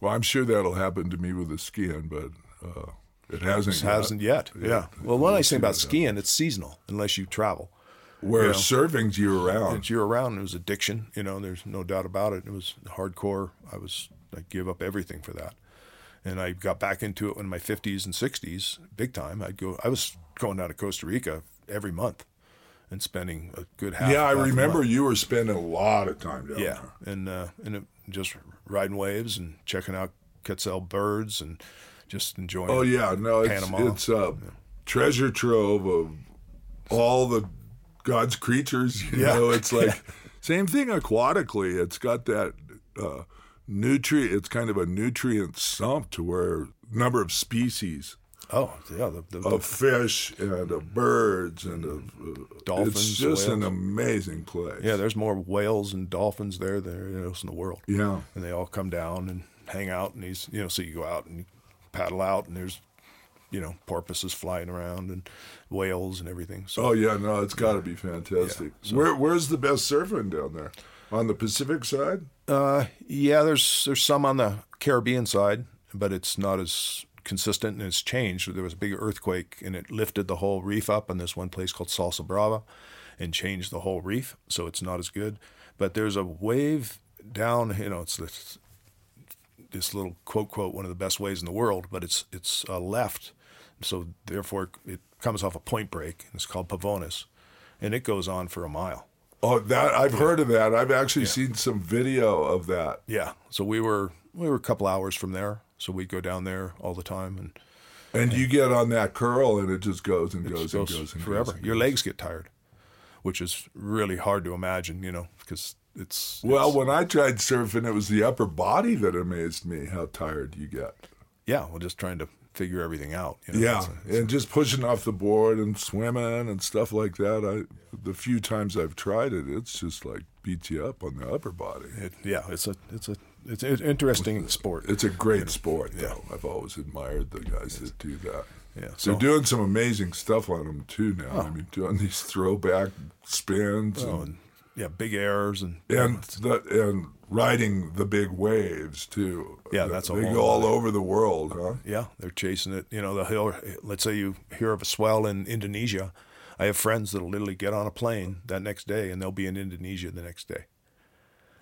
Well, I'm sure that'll happen to me with the skiing, but uh, it hasn't.
It hasn't yet. Yeah. Well, one nice thing about skiing, it's seasonal unless you travel.
Where
you know.
serving's year
It's
round.
year around. It was addiction. You know, there's no doubt about it. It was hardcore. I was I gave up everything for that, and I got back into it in my 50s and 60s, big time. I'd go. I was going down to Costa Rica every month, and spending a good half.
Yeah, I
half the
remember
month.
you were spending a lot of time down
Yeah, and uh, and it, just riding waves and checking out Quetzal birds and just enjoying.
there. Oh yeah, no, it's
Panama.
it's a treasure trove of all the God's creatures. You
Yeah.
know, it's like same thing aquatically. It's got that uh, nutrient. It's kind of a nutrient sump to where number of species
Oh, yeah. The, the,
of fish and of birds and of
Dolphins,
It's just an
whales.
amazing place.
Yeah, there's more whales and dolphins there than anywhere else in the world.
Yeah.
And they all come down and hang out and these you know, so you go out and you paddle out and there's you know, porpoises flying around and whales and everything. So
Oh yeah, no, it's got to be fantastic. Where where's the best surfing down there? On the Pacific side?
uh yeah, there's there's some on the Caribbean side, but it's not as consistent and it's changed. There was a big earthquake and it lifted the whole reef up in this one place called Salsa Brava and changed the whole reef, so it's not as good. But there's a wave down, you know, it's this this little quote quote one of the best ways in the world, but it's it's uh, left, so therefore it comes off a point break. It's called Pavonis, and it goes on for a mile.
Oh, that I've heard of that. I've actually seen some video of that.
Yeah, so we were we were a couple hours from there, so we'd go down there all the time and
And you get on that curl, and it just goes and goes,
goes
and goes and
forever.
Goes and
Your
goes.
legs get tired, which is really hard to imagine, you know, because it's
Well,
it's-
when I tried surfing, it was the upper body that amazed me. How tired you get.
yeah, we're just trying to figure everything out. You know,
Yeah,
it's a-
and just pushing off the board and swimming and stuff like that. I the few times I've tried it, it's just like beats you up on the upper body.
it, yeah, it's a it's a it's an interesting sport.
It's a great sport, though. I've always admired the guys that do that.
Yeah,
They're
so- Oh.
doing some amazing stuff on them too now. I mean, doing these throwback spins and,
and, yeah, big errors and
and the and riding the big waves too.
Yeah, that's a
they
whole
go all over the world, huh?
Yeah, they're chasing it. You know, the hill. Let's say you hear of a swell in Indonesia. I have friends that'll literally get on a plane that next day, and they'll be in Indonesia the next day.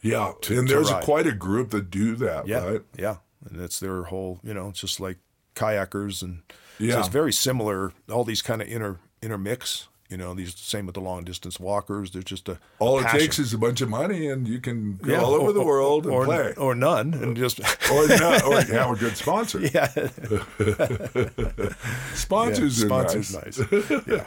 Yeah, and there's
ride.
quite a group that do that,
Yeah,
right?
yeah, and that's their whole. You know, it's just like kayakers, and so
Yeah.
it's very similar. All these kind of inter intermix, You know, these same with the long distance walkers. There's just a
All
passion.
it takes is a bunch of money, and you can go
Yeah,
all over
or-
the
or-
world and
or,
play.
or none, and just
Or, not, or have a good sponsor.
yeah,
Sponsors are
sponsors
nice.
nice. yeah,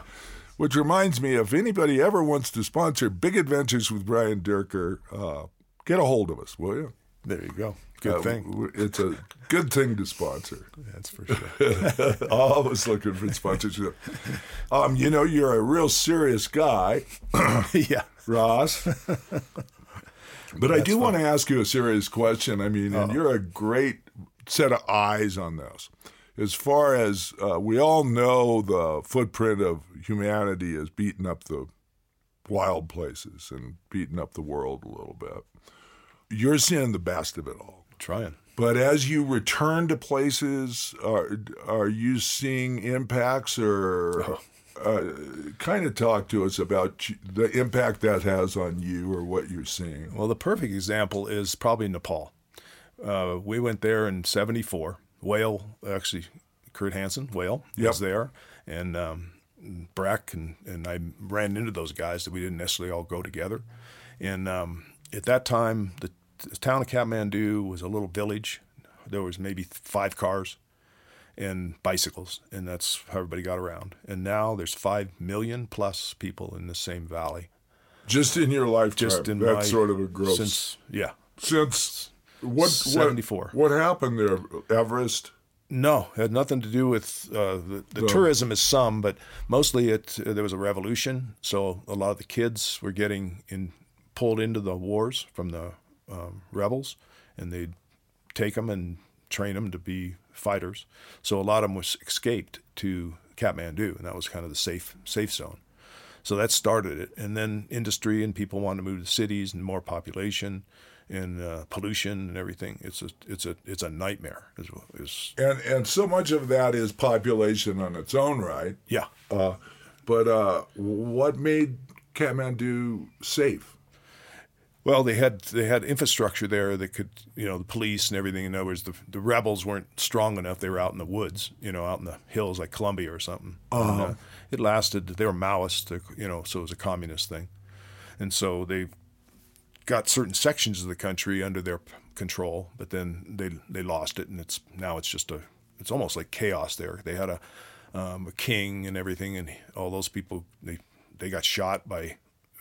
Which reminds me, if anybody ever wants to sponsor Big Adventures with Brian Durker, uh, get a hold of us, will you?
there you go. Good
Uh,
thing.
w- It's a good thing to sponsor.
That's for sure.
Always looking for sponsorship. Um, you know, you're a real serious guy,
yeah.
Ross. But I do want to ask you a serious question. I mean, and you're a great set of eyes on this. As far as uh, we all know, the footprint of humanity is beating up the wild places and beating up the world a little bit. You're seeing the best of it all.
Trying.
But as you return to places, are are you seeing impacts or? Uh, kind of talk to us about you- the impact that has on you or what you're seeing.
Well, the perfect example is probably Nepal. Uh, we went there in '74. Whale, actually, Kurt Hansen, Whale was there, and um, Brack and and I ran into those guys that we didn't necessarily all go together. And um, at that time, the, the town of Kathmandu was a little village. There was maybe five cars and bicycles, and that's how everybody got around. And now there's five million plus people in the same valley.
Just in your lifetime,
Just in
that's
my
sort of a growth. Since,
since yeah
what what-
74.
What, happened there, Everest?
No, it had nothing to do with uh, the, the tourism is some, but mostly it uh, there was a revolution, so a lot of the kids were getting in, pulled into the wars from the um, rebels, and they'd take them and train them to be fighters. So a lot of them was escaped to Kathmandu, and that was kind of the safe safe zone. So that started it, and then industry and people wanted to move to cities and more population. And uh, pollution and everything. It's a it's a it's a nightmare. Is, is
And and so much of that is population on its own right.
yeah.
Uh, but uh, what made Kathmandu safe?
Well, they had they had infrastructure there that could, you know, the police and everything. In other words, the, the rebels weren't strong enough. They were out in the woods, you know, out in the hills like Columbia or something. And, uh, it lasted. They were Maoists, they're- you know, so it was a communist thing, and so they got certain sections of the country under their p- control. But then they they lost it, and it's now it's just a it's almost like chaos there. They had a um, a king and everything, and all those people they they got shot by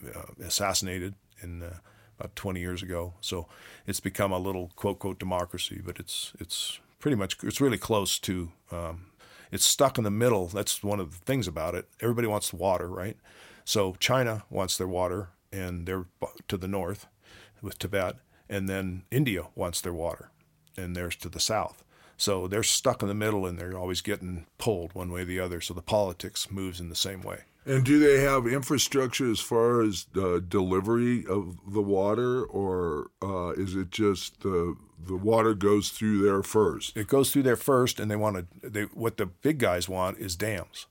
uh, assassinated in uh, about 20 years ago. So it's become a little quote quote democracy, but it's it's pretty much it's really close to um, it's stuck in the middle. That's one of the things about it. Everybody wants water, right? So China wants their water, and they're bu- to the north with Tibet, and then India wants their water, and theirs to the south. So they're stuck in the middle, and they're always getting pulled one way or the other. So the politics moves in the same way.
And do they have infrastructure as far as uh, delivery of the water, or uh, is it just the the water goes through there first?
it goes through there first, and they want to. They what the big guys want is dams.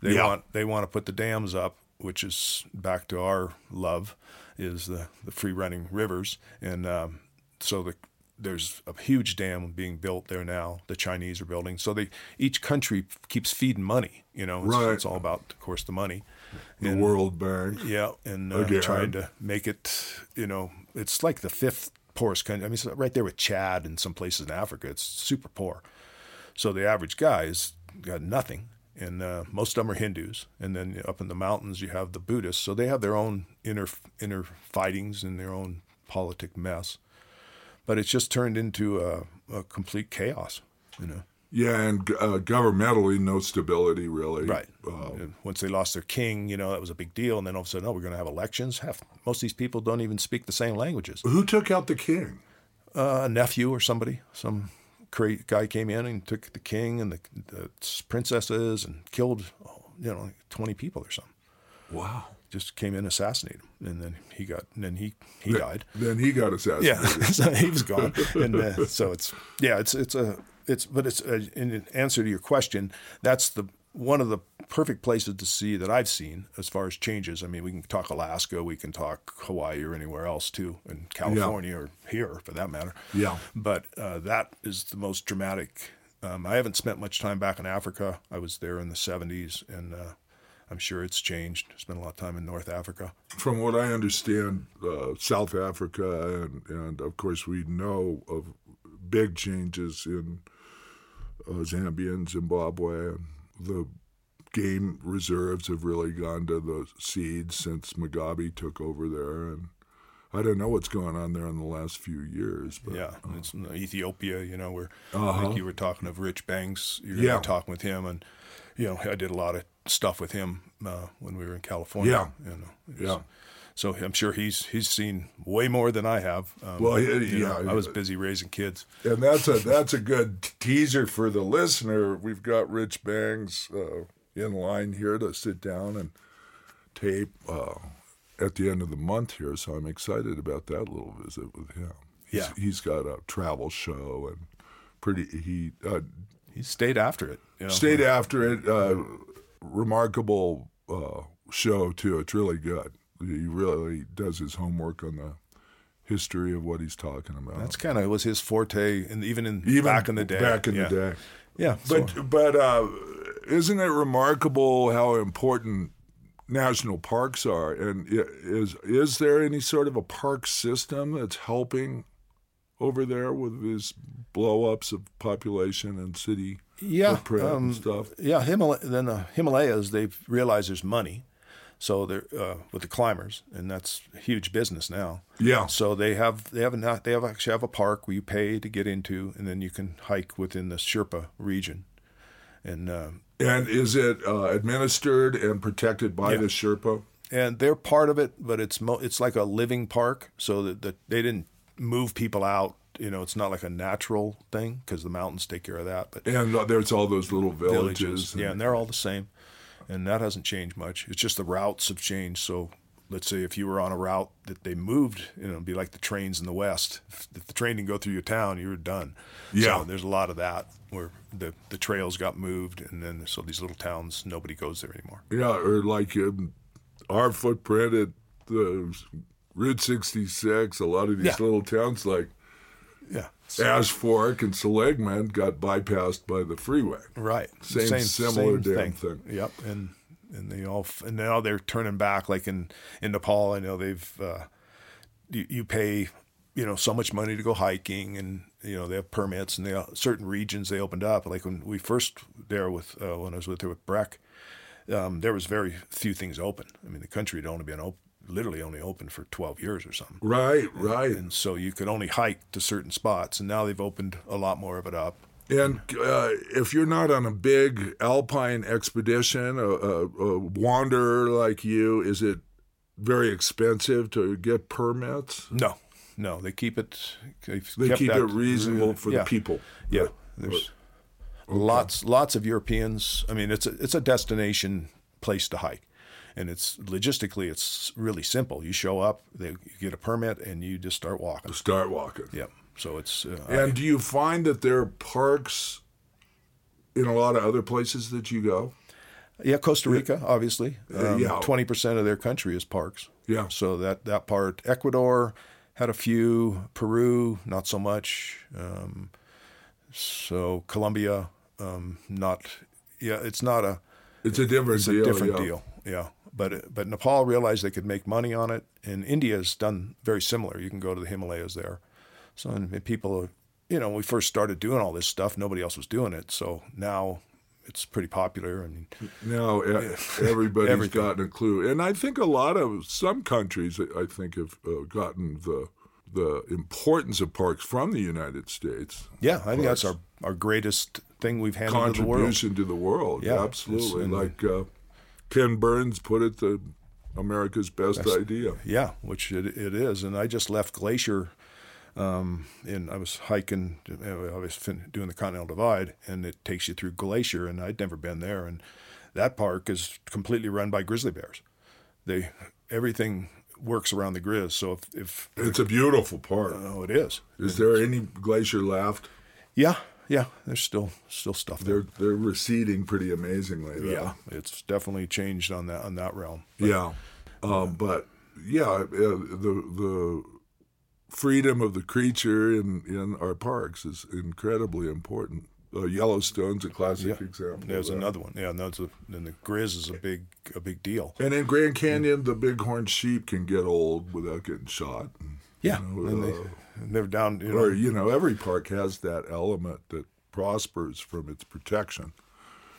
They
Yeah.
want they want to put the dams up, which is back to our love, is the the free running rivers, and um, so the there's a huge dam being built there now. The Chinese are building, so they each country keeps feeding money. You know, it's,
Right.
it's all about, of course, the money.
The World Bank.
Yeah, and uh,
Again.
trying to make it, you know, it's like the fifth poorest country. I mean, it's right there with Chad and some places in Africa. It's super poor. So the average guy has got nothing. And uh, most of them are Hindus. And then up in the mountains, you have the Buddhists. So they have their own inner, inner fightings and their own politic mess. But it's just turned into a, a complete chaos, you know.
Yeah, and uh, governmentally, no stability really.
Right. And uh, Once they lost their king, you know, that was a big deal. And then all of a sudden, oh, we're going to have elections. Half, most of these people don't even speak the same languages.
Who took out the king?
Uh, a nephew or somebody, some cra- guy came in and took the king and the, the princesses and killed, oh, you know, like 20 people or something.
Wow.
Just came in, and assassinated him. And then he got, and then he, he died.
Then he got assassinated.
Yeah, so he was gone, and uh, so it's yeah, it's it's a it's but it's uh in answer to your question, that's the one of the perfect places to see that I've seen as far as changes. I mean, we can talk Alaska, we can talk Hawaii or anywhere else too, and California or here for that matter.
Yeah.
but uh, that is the most dramatic. Um, I haven't spent much time back in Africa. I was there in the '70s, and uh, I'm sure it's changed. Spent a lot of time in North Africa.
From what I understand, uh, South Africa, and, and of course, we know of big changes in uh, Zambia and Zimbabwe. The game reserves have really gone to the seeds since Mugabe took over there. And I don't know what's going on there in the last few years. But,
yeah,
uh,
it's in Ethiopia. You know, where I
Uh-huh.
think you were talking of Rich Banks. You're
Yeah.
talking with him, and you know, I did a lot of stuff with him uh, when we were in California. Yeah, you know, It was-
Yeah.
So I'm sure he's he's seen way more than I have. Um,
Well, yeah,
you know,
yeah.
I was busy raising kids.
and that's a that's a good teaser for the listener. We've got Rich Bangs uh, in line here to sit down and tape uh, at the end of the month here, so I'm excited about that little visit with him. He's-
Yeah.
he's got a travel show and pretty he
Oh,
uh,
He stayed after it. You know?
stayed after it. Uh, remarkable uh, show too. It's really good. He really does his homework on the history of what he's talking about.
That's kind of was his forte, and even in
Even
back in the day.
Back in
yeah.
the day.
Yeah,
But
so-
but uh, isn't it remarkable how important national parks are? And i- is is there any sort of a park system that's helping over there with these blow ups of population and city
yeah,
footprint
um,
and stuff?
yeah. Himal- then the Himalayas, they've realized there's money, so they're uh, with the climbers, and that's huge business now.
Yeah,
So they have they have not they have actually have a park where you pay to get into, and then you can hike within the Sherpa region, and uh,
and is it uh, administered and protected by the Sherpa?
and they're part of it, but it's mo- it's like a living park, so that, that they didn't move people out. You know, it's not like a natural thing because the mountains take care of that. But
And uh, there's all those little villages.
villages.
and-
Yeah, and they're all the same. And that hasn't changed much. It's just the routes have changed. So let's say if you were on a route that they moved, you know, it'd be like the trains in the West. If if the train didn't go through your town, you were done.
Yeah.
So there's a lot of that where the, the trails got moved. And then so these little towns, nobody goes there anymore.
Yeah, or like um, our footprint at the Route 66, a lot of these
Yeah.
little towns like
Yeah.
Ash Fork and Seligman got bypassed by the freeway.
Right.
Same- similar damn thing.
Yep. And and they all and now they're turning back. Like in in Nepal, I know they've uh, you, you pay you know so much money to go hiking, and you know they have permits, and they uh, certain regions they opened up. Like when we first there with uh, when I was with there with Breck, um, there was very few things open. I mean, the country had only been open, literally only open for twelve years or something
Right, right.
and so you could only hike to certain spots and now they've opened a lot more of it up
And uh, if you're not on a big alpine expedition, a, a, a wanderer like you, is it very expensive to get permits?
No, no, they keep it. they've
They
kept
keep
that-
it reasonable for
yeah,
the people.
Yeah, there's lots, lots of Europeans. I mean, it's a, it's a destination place to hike, and it's logistically it's really simple. You show up, they you get a permit, and you just start walking.
Start walking.
Yep. So it's uh,
And do you find that there are parks in a lot of other places that you go?
Yeah, Costa Rica, obviously. Um,
Uh, yeah.
Twenty percent of their country is parks.
Yeah.
So that that part, Ecuador had a few, Peru not so much. Um, so Colombia, um, not. Yeah, it's not a,
It's a different
it's a
deal.
different
yeah.
deal. Yeah. But but Nepal realized they could make money on it, and India's done very similar. You can go to the Himalayas there. So and people, you know, when we first started doing all this stuff, nobody else was doing it. So now. It's pretty popular, and
Now e- everybody's
Everything.
gotten a clue, and I think a lot of some countries, I think, have uh, gotten the the importance of parks from the United States
Yeah, I think that's our, our greatest thing we've handed to the world.
contribution to the world.
Yeah,
absolutely.
it's- and-
Like uh, Ken Burns put it, the America's best idea.
Yeah, which it, it is. And I just left Glacier, um, and I was hiking. I was fin- doing the Continental Divide, and it takes you through Glacier, and I'd never been there. And that park is completely run by grizzly bears. They everything works around the grizz. So if, if
It's a beautiful park.
oh, it is.
Is there any glacier left?
Yeah, yeah. There's still still stuff there.
They're they're receding pretty amazingly. Though.
Yeah, it's definitely changed on that on that realm.
yeah, um, but yeah, uh, the the freedom of the creature in in our parks is incredibly important Uh, Yellowstone's a classic
Yeah.
example. of
There's
that.
another one. Yeah, and that's a, then the Grizz is a big a big deal.
And in Grand Canyon, the bighorn sheep can get old without getting shot.
Yeah,
You know,
and
uh,
they, are down. You know,
Or, you know, every park has that element that prospers from its protection,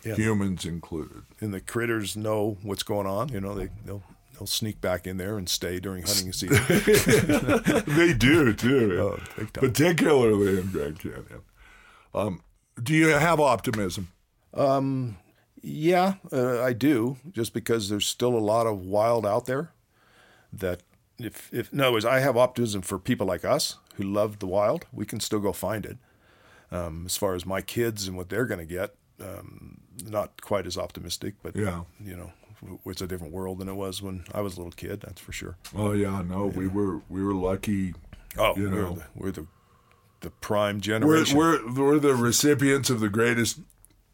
Yeah.
humans included.
and the critters know what's going on. You know, they they'll they'll sneak back in there and stay during hunting season.
they do, too.
Oh, big time.
particularly in Grand Canyon. Um, do you have optimism?
yeah, uh, I do. Just because there's still a lot of wild out there. That if if in other words, I have optimism for people like us who love the wild. We can still go find it. Um, as far as my kids and what they're going to get, um, not quite as optimistic, but
Yeah.
you know, w- it's a different world than it was when I was a little kid. That's for sure.
Oh yeah, no, we were we were lucky.
Oh,
You
we're,
know.
the, we're the the prime
We're,
generation.
we're we're the recipients of the greatest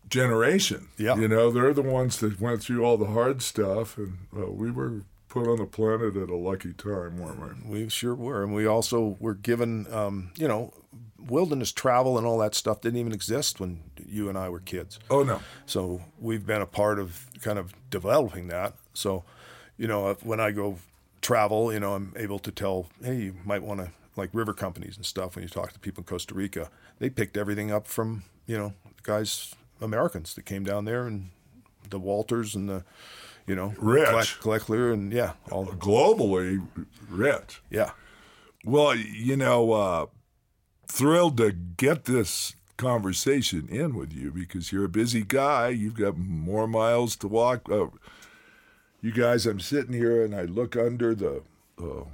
generation.
Yeah.
you know, they're the ones that went through all the hard stuff, and uh, we were put on the planet at a lucky time, weren't we?
we sure were, and we also were given, um, you know, wilderness travel and all that stuff didn't even exist when you and I were kids.
Oh no,
So we've been a part of kind of developing that. So, you know, if, when I go travel, you know, I'm able to tell, hey, you might want to like river companies and stuff. When you talk to people in Costa Rica, they picked everything up from you know guys Americans that came down there and the Walters and the you know
Rich.
Kleckler and yeah all
globally rich.
yeah
Well, you know, uh, thrilled to get this conversation in with you because you're a busy guy. You've got more miles to walk. Uh, you guys, I'm sitting here and I look under the uh,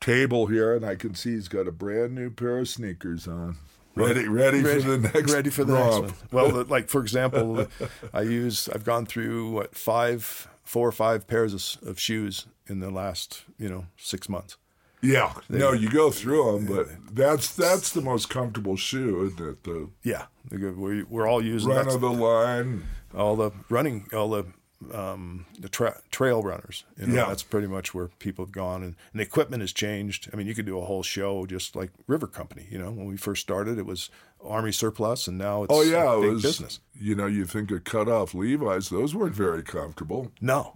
table here and I can see he's got a brand new pair of sneakers on. Ready, ready, for the next
ready for the
romp.
next one. Well, the, like for example, I use I've gone through what five, four or five pairs of, s- of shoes in the last you know six months.
Yeah, no, you go through them, but that's that's the most comfortable shoe, isn't it? The
Yeah, we're, we're all using
run
that's-
of the line.
all the running, all the um, the tra- trail runners. You know,
Yeah.
that's pretty much where people have gone, and, and the equipment has changed. I mean, you could do a whole show just like River Company. You know, when we first started, it was Army surplus, and now it's
Oh yeah,
a
it
big
was
business.
You know, you think of cut off Levi's; those weren't very comfortable.
No,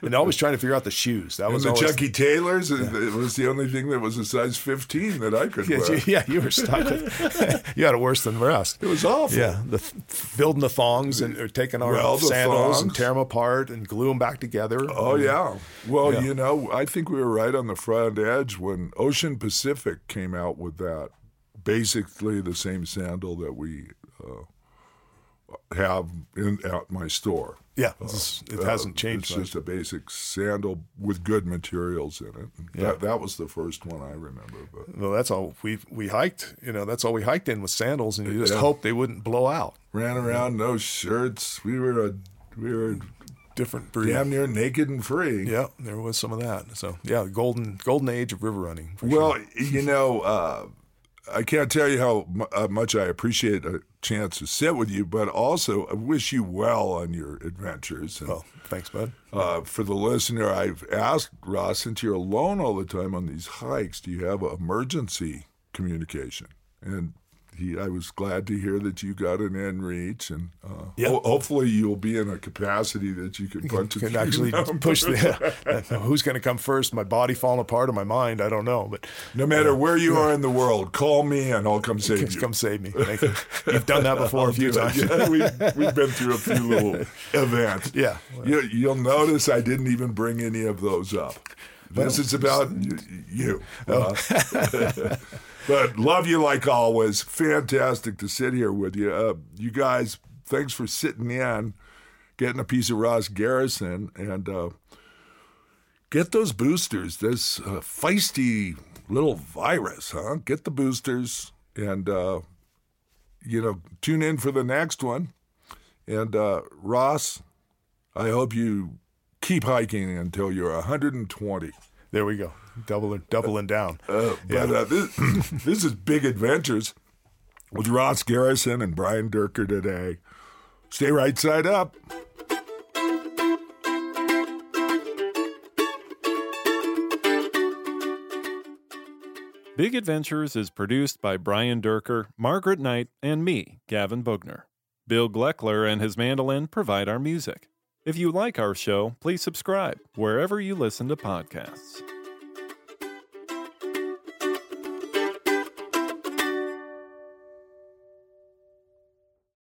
and always trying to figure out the shoes. That
And
was
the
always
Chucky Taylors, it- it was the only thing that was a size 15 that I could
Yeah,
wear.
you, yeah, you were stuck with. you had it worse than the rest.
It was awful.
Yeah, the th- building the thongs and or taking our
Well, the
sandals and
thongs.
tear them apart and glue them back together.
Oh yeah. Well,
Yeah.
you know, I think we were right on the front edge when Ocean Pacific came out with that, basically the same sandal that we uh, have in at my store.
yeah. it's- it hasn't
Uh,
changed.
It's
much.
just a basic sandal with good materials in it. That, that was the first one I remember. But
well, that's all we we hiked. You know, that's all we hiked in with sandals, and you just
Yeah.
hope they wouldn't blow out.
ran around no shirts. We were a we were
Different breed.
damn near naked and free.
Yeah, there was some of that. So yeah, golden golden age of river running. for sure.
Well, you know, uh, I can't tell you how mu- uh, much I appreciate a chance to sit with you, but also I wish you well on your adventures. And,
well, thanks, bud.
uh, for the listener, I've asked Ross, since you're alone all the time on these hikes, do you have emergency communication? And he, I was glad to hear that you got an end reach, and uh,
Yeah.
ho- hopefully you'll be in a capacity that you can punch a
can
few
actually push the who's going to come first my body falling apart or my mind i don't know but
No matter where you are in the world, call me and I'll come save you.
come save me Thank you. you've done that before a few times
Yeah, we, we've been through a few little events.
Yeah.
You, you'll notice I didn't even bring any of those up. This is about y- you. Uh, but love you like always. Fantastic to sit here with you. Uh, you guys, thanks for sitting in, getting a piece of Ross Garrison, and uh, get those boosters. This uh, feisty little virus, huh? Get the boosters and. Uh, you know, tune in for the next one. And uh, Ross, I hope you keep hiking until you're 120.
there we go doubling doubling down
Uh, But uh, this, this is Big Adventures with Ross Garrison and Brian Durker today. Stay right side up.
Big Adventures is produced by Brian Durker, Margaret Knight, and me, Gavin Bugner. Bill Gleckler and his mandolin provide our music. If you like our show, please subscribe wherever you listen to podcasts.